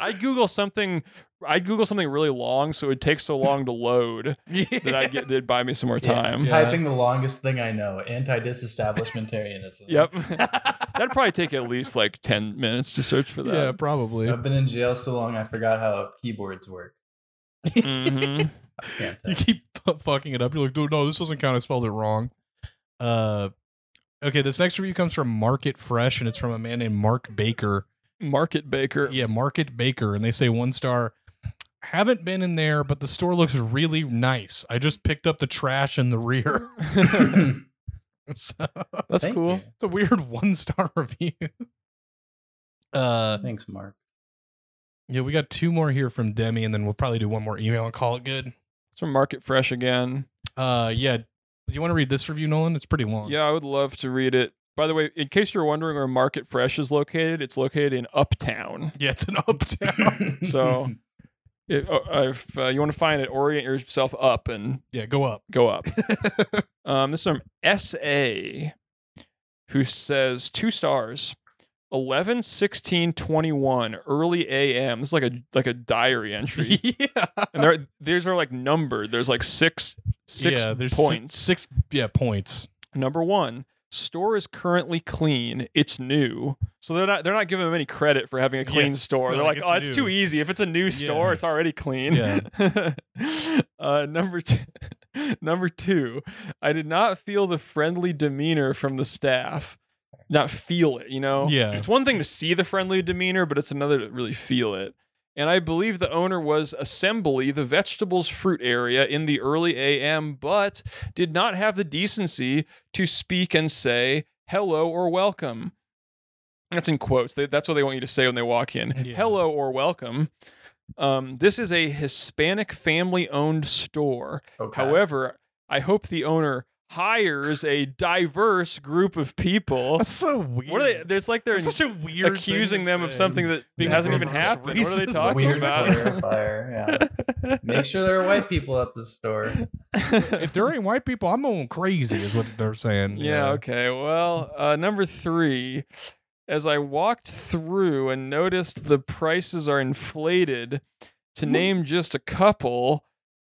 I Google something. I Google something really long, so it would take so long to load that I get that'd buy me some more time.
Yeah.
Typing the longest thing I know anti disestablishmentarianism.
Yep, that'd probably take at least like ten minutes to search for
yeah,
that.
probably.
I've been in jail so long I forgot how keyboards work.
Mhm.
I can't
You
type.
keep fu- fucking it up. You're like, dude, no, this doesn't count. I spelled it wrong. Uh, okay. This next review comes from Market Fresh, and it's from a man named Mark Baker.
Market Baker.
Yeah, Market Baker, and they say one star. Haven't been in there, but the store looks really nice. I just picked up the trash in the rear. so, it's
That's
Thank
cool.
you.
a weird one star review. Uh,
Thanks, Mark.
yeah, we got two more here from Demi, and then we'll probably do one more email and call it good.
It's from Market Fresh again.
Uh, yeah. Do you want to read this review, Nolan? It's pretty long.
Yeah, I would love to read it. By the way, in case you're wondering where Market Fresh is located, it's located in Uptown.
Yeah, it's an uptown.
So, if, uh, if uh, you want to find it, orient yourself up and
yeah, go up.
go up. um, this is from SA, who says two stars. 11 16 21 early am this is like a like a diary entry
yeah.
and there these are like numbered there's like six six
yeah, there's si-
points
Six, yeah, points.
Number one, store is currently clean. It's new, so they're not they're not giving them any credit for having a
Yeah.
clean store.
They're
They're like,
like,
oh,
"It's
it's too
new."
easy. If it's a new store, it's already clean.
Yeah.
uh, number two. Number two, I did not feel the friendly demeanor from the staff. Not feel it, you know?
Yeah.
Oh, It's one thing to see the friendly demeanor, but it's another to really feel it. And I believe the owner was assembly the vegetables fruit area in the early AM, but did not have the decency to speak and say hello or welcome. That's in quotes. They, that's what they want you to say when they walk in.
Yeah.
Hello or welcome. Um, this is a Hispanic family owned store.
Okay.
However, I hope the owner hires a diverse group of people.
That's so weird.
What are they? There's like they're
That's such a weird thing
accusing
to
them of
say.
something that
Yeah,
hasn't even
reverse
happened. What are they
racism.
talking
weird
about?
clarifier. Yeah. Make sure there are white people at the store.
If there ain't white people, I'm going crazy, is what they're saying.
Yeah, okay. Well, uh, number three, as I walked through and noticed the prices are inflated, to name just a couple.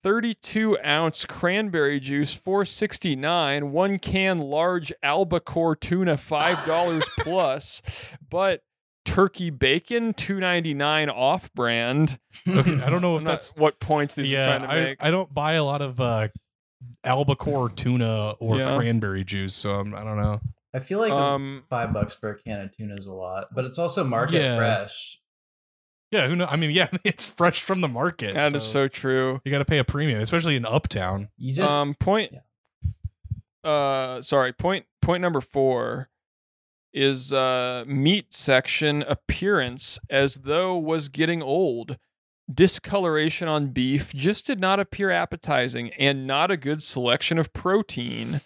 32 ounce cranberry juice 469 one can large albacore tuna $5 plus but turkey bacon 299 off brand
Okay, I don't know if
I'm not-
that's.
what points these are
yeah,
trying to
I,
make
I don't buy a lot of uh, albacore tuna or
Yeah.
cranberry juice, so I'm, I don't know.
I feel like
um
five bucks for a can of tuna is a lot, but it's also market
Yeah.
fresh.
Yeah, who know? I mean, yeah, it's fresh from the market.
that is
so
so true
you got to pay a premium, especially in Uptown.
You just
um point uh sorry point point number four is uh meat section appearance as though was getting old discoloration on beef just did not appear appetizing and not a good selection of protein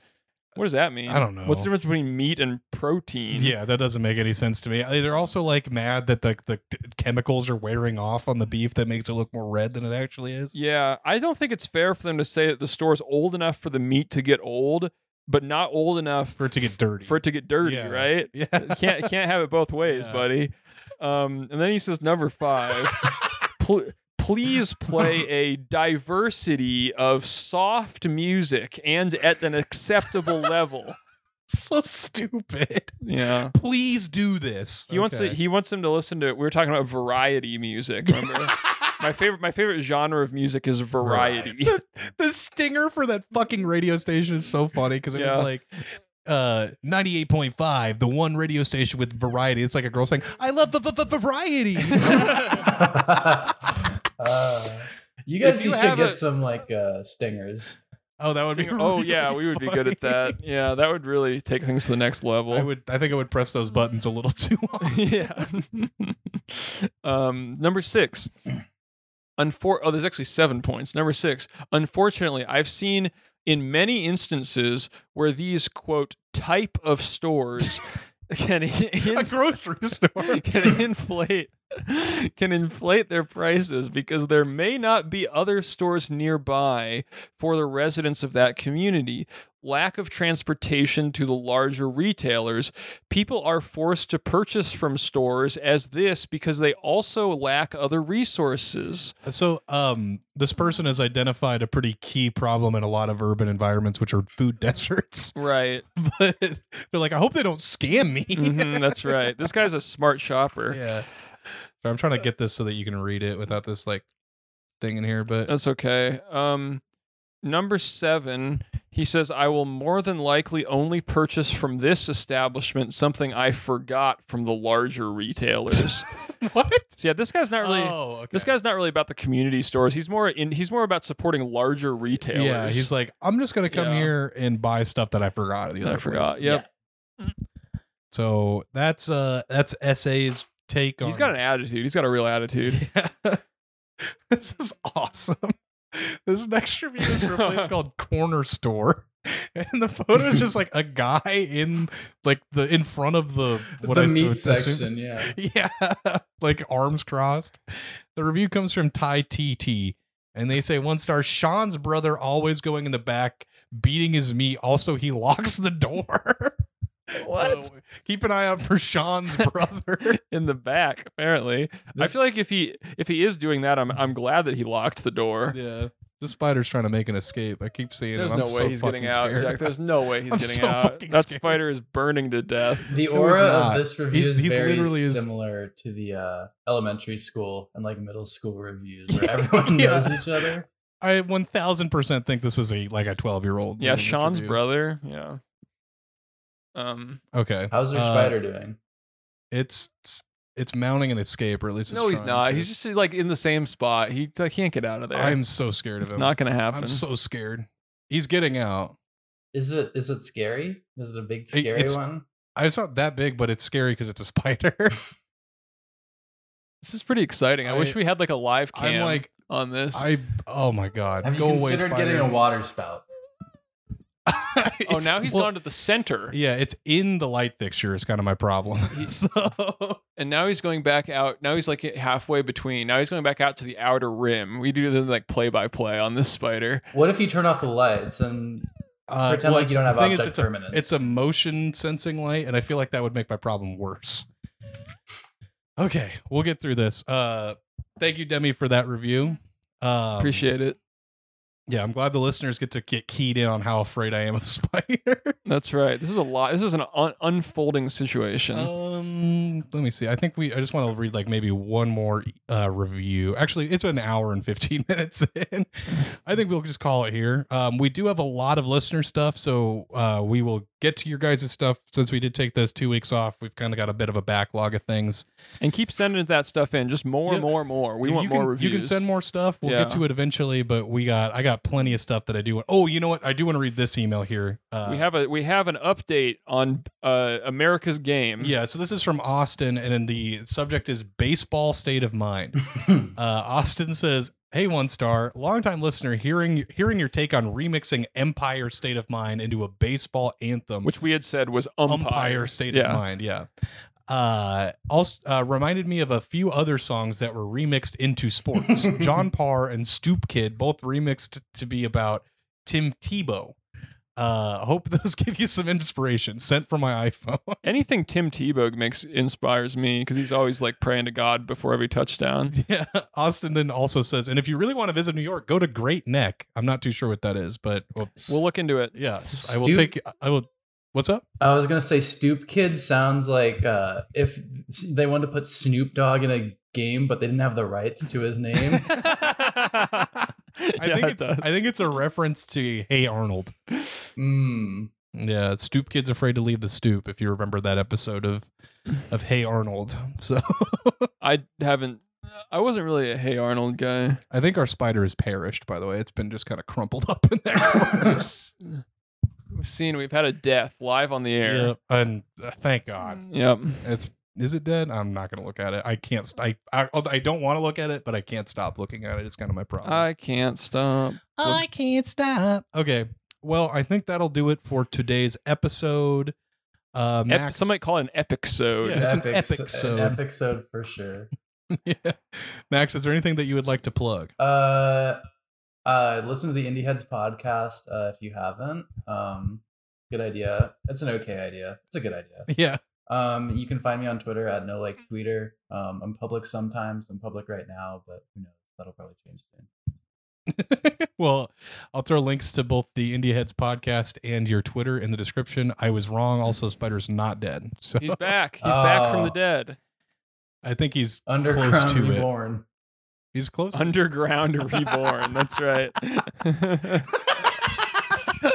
What does that mean?
I don't know.
What's the difference between meat and protein?
Yeah, that doesn't make any sense to me. I- They're also like mad that the the t- chemicals are wearing off on the beef that makes it look more red than it actually is.
Yeah, I don't think it's fair for them to say that the store's old enough for the meat to get old, but not old enough
For it to get
f-
dirty.
For it to get dirty,
Yeah.
right?
Yeah.
You can't you can't have it both ways,
Yeah.
buddy. Um, and then he says number five, pl- please play a diversity of soft music and at an acceptable level.
so stupid.
Yeah.
Please do this.
He wants to,
Okay.
he wants him to listen to. We were talking about variety music. Remember? my favorite my favorite genre of music is variety.
the stinger for that fucking radio station is so funny because it was
Yeah.
like uh 98.5 the one radio station with variety it's like a girl saying i love the variety
uh, you guys
If you
should
have
get
a-
some like uh, stingers.
oh that would be
oh yeah, we
really
would be good at
funny.
that. Yeah, that would really take things to the next level.
i would i think i would press those buttons a little too long
yeah. um, number six. Unfor- oh, there's actually seven points. Number six. Unfortunately, I've seen in many instances where these quote type of stores can
a grocery store
can inflate can inflate their prices because there may not be other stores nearby for the residents of that community. Lack of transportation to the larger retailers, people are forced to purchase from stores as this because they also lack other resources.
so um this person has identified a pretty key problem in a lot of urban environments which are food deserts
Right.
but they're like i hope they don't scam me
Mm-hmm. that's right. This guy's a smart shopper.
Yeah. So I'm trying to get this so that you can read it without this like thing in here, but
That's okay. Um, number seven, he says, I will more than likely only purchase from this establishment something I forgot from the larger retailers.
what?
so yeah, this guy's not really.
Oh, okay.
This guy's not really about the community stores. He's more in, he's more about supporting larger retailers.
Yeah, he's like, I'm just gonna come
Yeah.
here and buy stuff that I forgot. at the
I
other
forgot.
place."
Yep.
So that's uh that's SA's take on
He's got an attitude. He's got a real attitude.
Yeah. this is awesome. This next review is from a place called Corner Store. And the photo is just like a guy in like the in front of the what
the
I
meat
would assume-
section, yeah.
yeah, like arms crossed. The review comes from Ty TT, and they say one star Sean's brother always going in the back, beating his meat. Also, he locks the door.
What?
So, keep an eye out for Sean's brother.
in the back, apparently. I
This-
feel like if he if he is doing that, I'm I'm glad that he locked the door.
yeah, this spider's trying to make an escape. I keep seeing
There's
him.
no
I'm
way
so
he's
fucking
getting
scared.
out, Jack. There's no way he's
I'm
getting
so
out.
fucking
That
scared.
spider is burning to death.
The
was
aura
not.
of this review
He's-
is
he
very
literally is-
similar to the uh, elementary school and like middle school reviews where everyone
Yeah.
knows each other.
I 1000 percent think this was a like a 12 year old.
Yeah, Sean's brother. Yeah. Um.
Okay,
How's your
Uh,
spider doing?
It's it's mounting an escape, or at least it's
No, he's
trying
not.
to.
He's just like in the same spot. He I can't get out of there.
I'm so scared
it's
of him.
not gonna happen.
I'm so scared. He's getting out.
Is it is it scary? Is it a big
It-
scary
it's-
one?
I- It's not that big, but it's scary because it's a spider.
this is pretty exciting. I, wish
I-
we had like a live cam
I'm like,
on this.
I. Oh my god!
Have you
Go away,
considered
spider.
getting a water spout?
oh,
It's-
now he's
well,
gone to the center,
Yeah, it's in the light fixture. Is kind of my problem. so
and now he's going back out. Now he's like halfway between. Now he's going back out to the outer rim. We do the like play by play on this spider.
What if you turn off the lights and
uh,
Pretend like
it's-
you don't have
the thing is,
object
it's a-
permanence.
It's a motion sensing light, and I feel like that would make my problem worse. Okay, we'll get through this. Uh, thank you, Demi, for that review. Um,
Appreciate it.
Yeah, I'm glad the listeners get to get keyed in on how afraid I am of spiders.
That's right. This is a lot. This is an un- unfolding situation.
Um, let me see. I think we. I just want to read like maybe one more uh, review. Actually, it's an hour and fifteen minutes in. I think we'll just call it here. Um, we do have a lot of listener stuff, so uh, we will get to your guys' stuff since we did take those two weeks off. We've kind of got a bit of a backlog of things.
And keep sending that stuff in. Just more,
Yeah.
more, more. We
If
want
you
more
can,
reviews.
You can send more stuff. We'll get
Yeah.
to it eventually, but we got. I got plenty of stuff that I do want. Oh, you know what? I do want to read this email here. Uh,
we have a we have an update on uh, America's game.
Yeah, so this is from Austin, and then the subject is baseball state of mind. Uh, Austin says, Hey, one star, longtime listener, hearing hearing your take on remixing Empire State of Mind into a baseball anthem,
which we had said was umpire,
State
Yeah.
of Mind, yeah. Uh, also uh, reminded me of a few other songs that were remixed into sports. John Parr and Stoop Kid both remixed to be about Tim Tebow. Uh, hope those give you some inspiration. Sent from my iPhone.
Anything Tim Tebow makes inspires me because he's always like praying to God before every touchdown.
Yeah. Austin then also says, and if you really want to visit New York, go to Great Neck. I'm not too sure what that is, but well,
We'll look into it.
yes, I will
Stu-
take. I will. What's up?
I was gonna say Stoop Kid sounds like uh, if they wanted to put Snoop Dogg in a game, but they didn't have the rights to his name.
I think it's. I think it's a reference to Hey Arnold.
Mm.
Yeah, it's Stoop Kid's afraid to leave the stoop. If you remember that episode of, of Hey Arnold. So
I haven't. I wasn't really a Hey Arnold guy.
I think our spider has perished. By the way, it's been just kind of crumpled up in there. corner.
We've, s- we've seen we've had a death live on the air.
Yep, and uh, thank God
Yep.
it's. Is it dead? I'm not gonna look at it. I can't. St- I, I I don't want to look at it, but I can't stop looking at it. It's kind of my problem.
I can't stop. I
can't stop. Okay. Well, I think that'll do it for today's episode. Uh,
Ep-
Max,
somebody call it an epic sode.
Yeah. It's an epic-sode.
An epic for sure.
Yeah. Max, is there anything that you would like to plug?
Uh, uh, listen to the Indie Heads podcast uh, if you haven't. Um, good idea. It's an okay idea. It's a good idea.
Yeah.
Um, you can find me on Twitter at no like tweeter. Um, I'm public sometimes. I'm public right now, but who knows? That'll probably change soon.
well, I'll throw links to both the Indie Heads podcast and your Twitter in the description. I was wrong. Also, Spider's not dead. So
He's back. He's back from the
Oh.
dead.
I think he's
Underground
to it.
reborn.
he's close.
Underground reborn. That's right.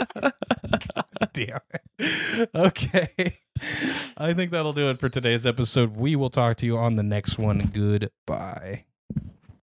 Damn it. Okay. I think that'll do it for today's episode. We will talk to you on the next one. Goodbye.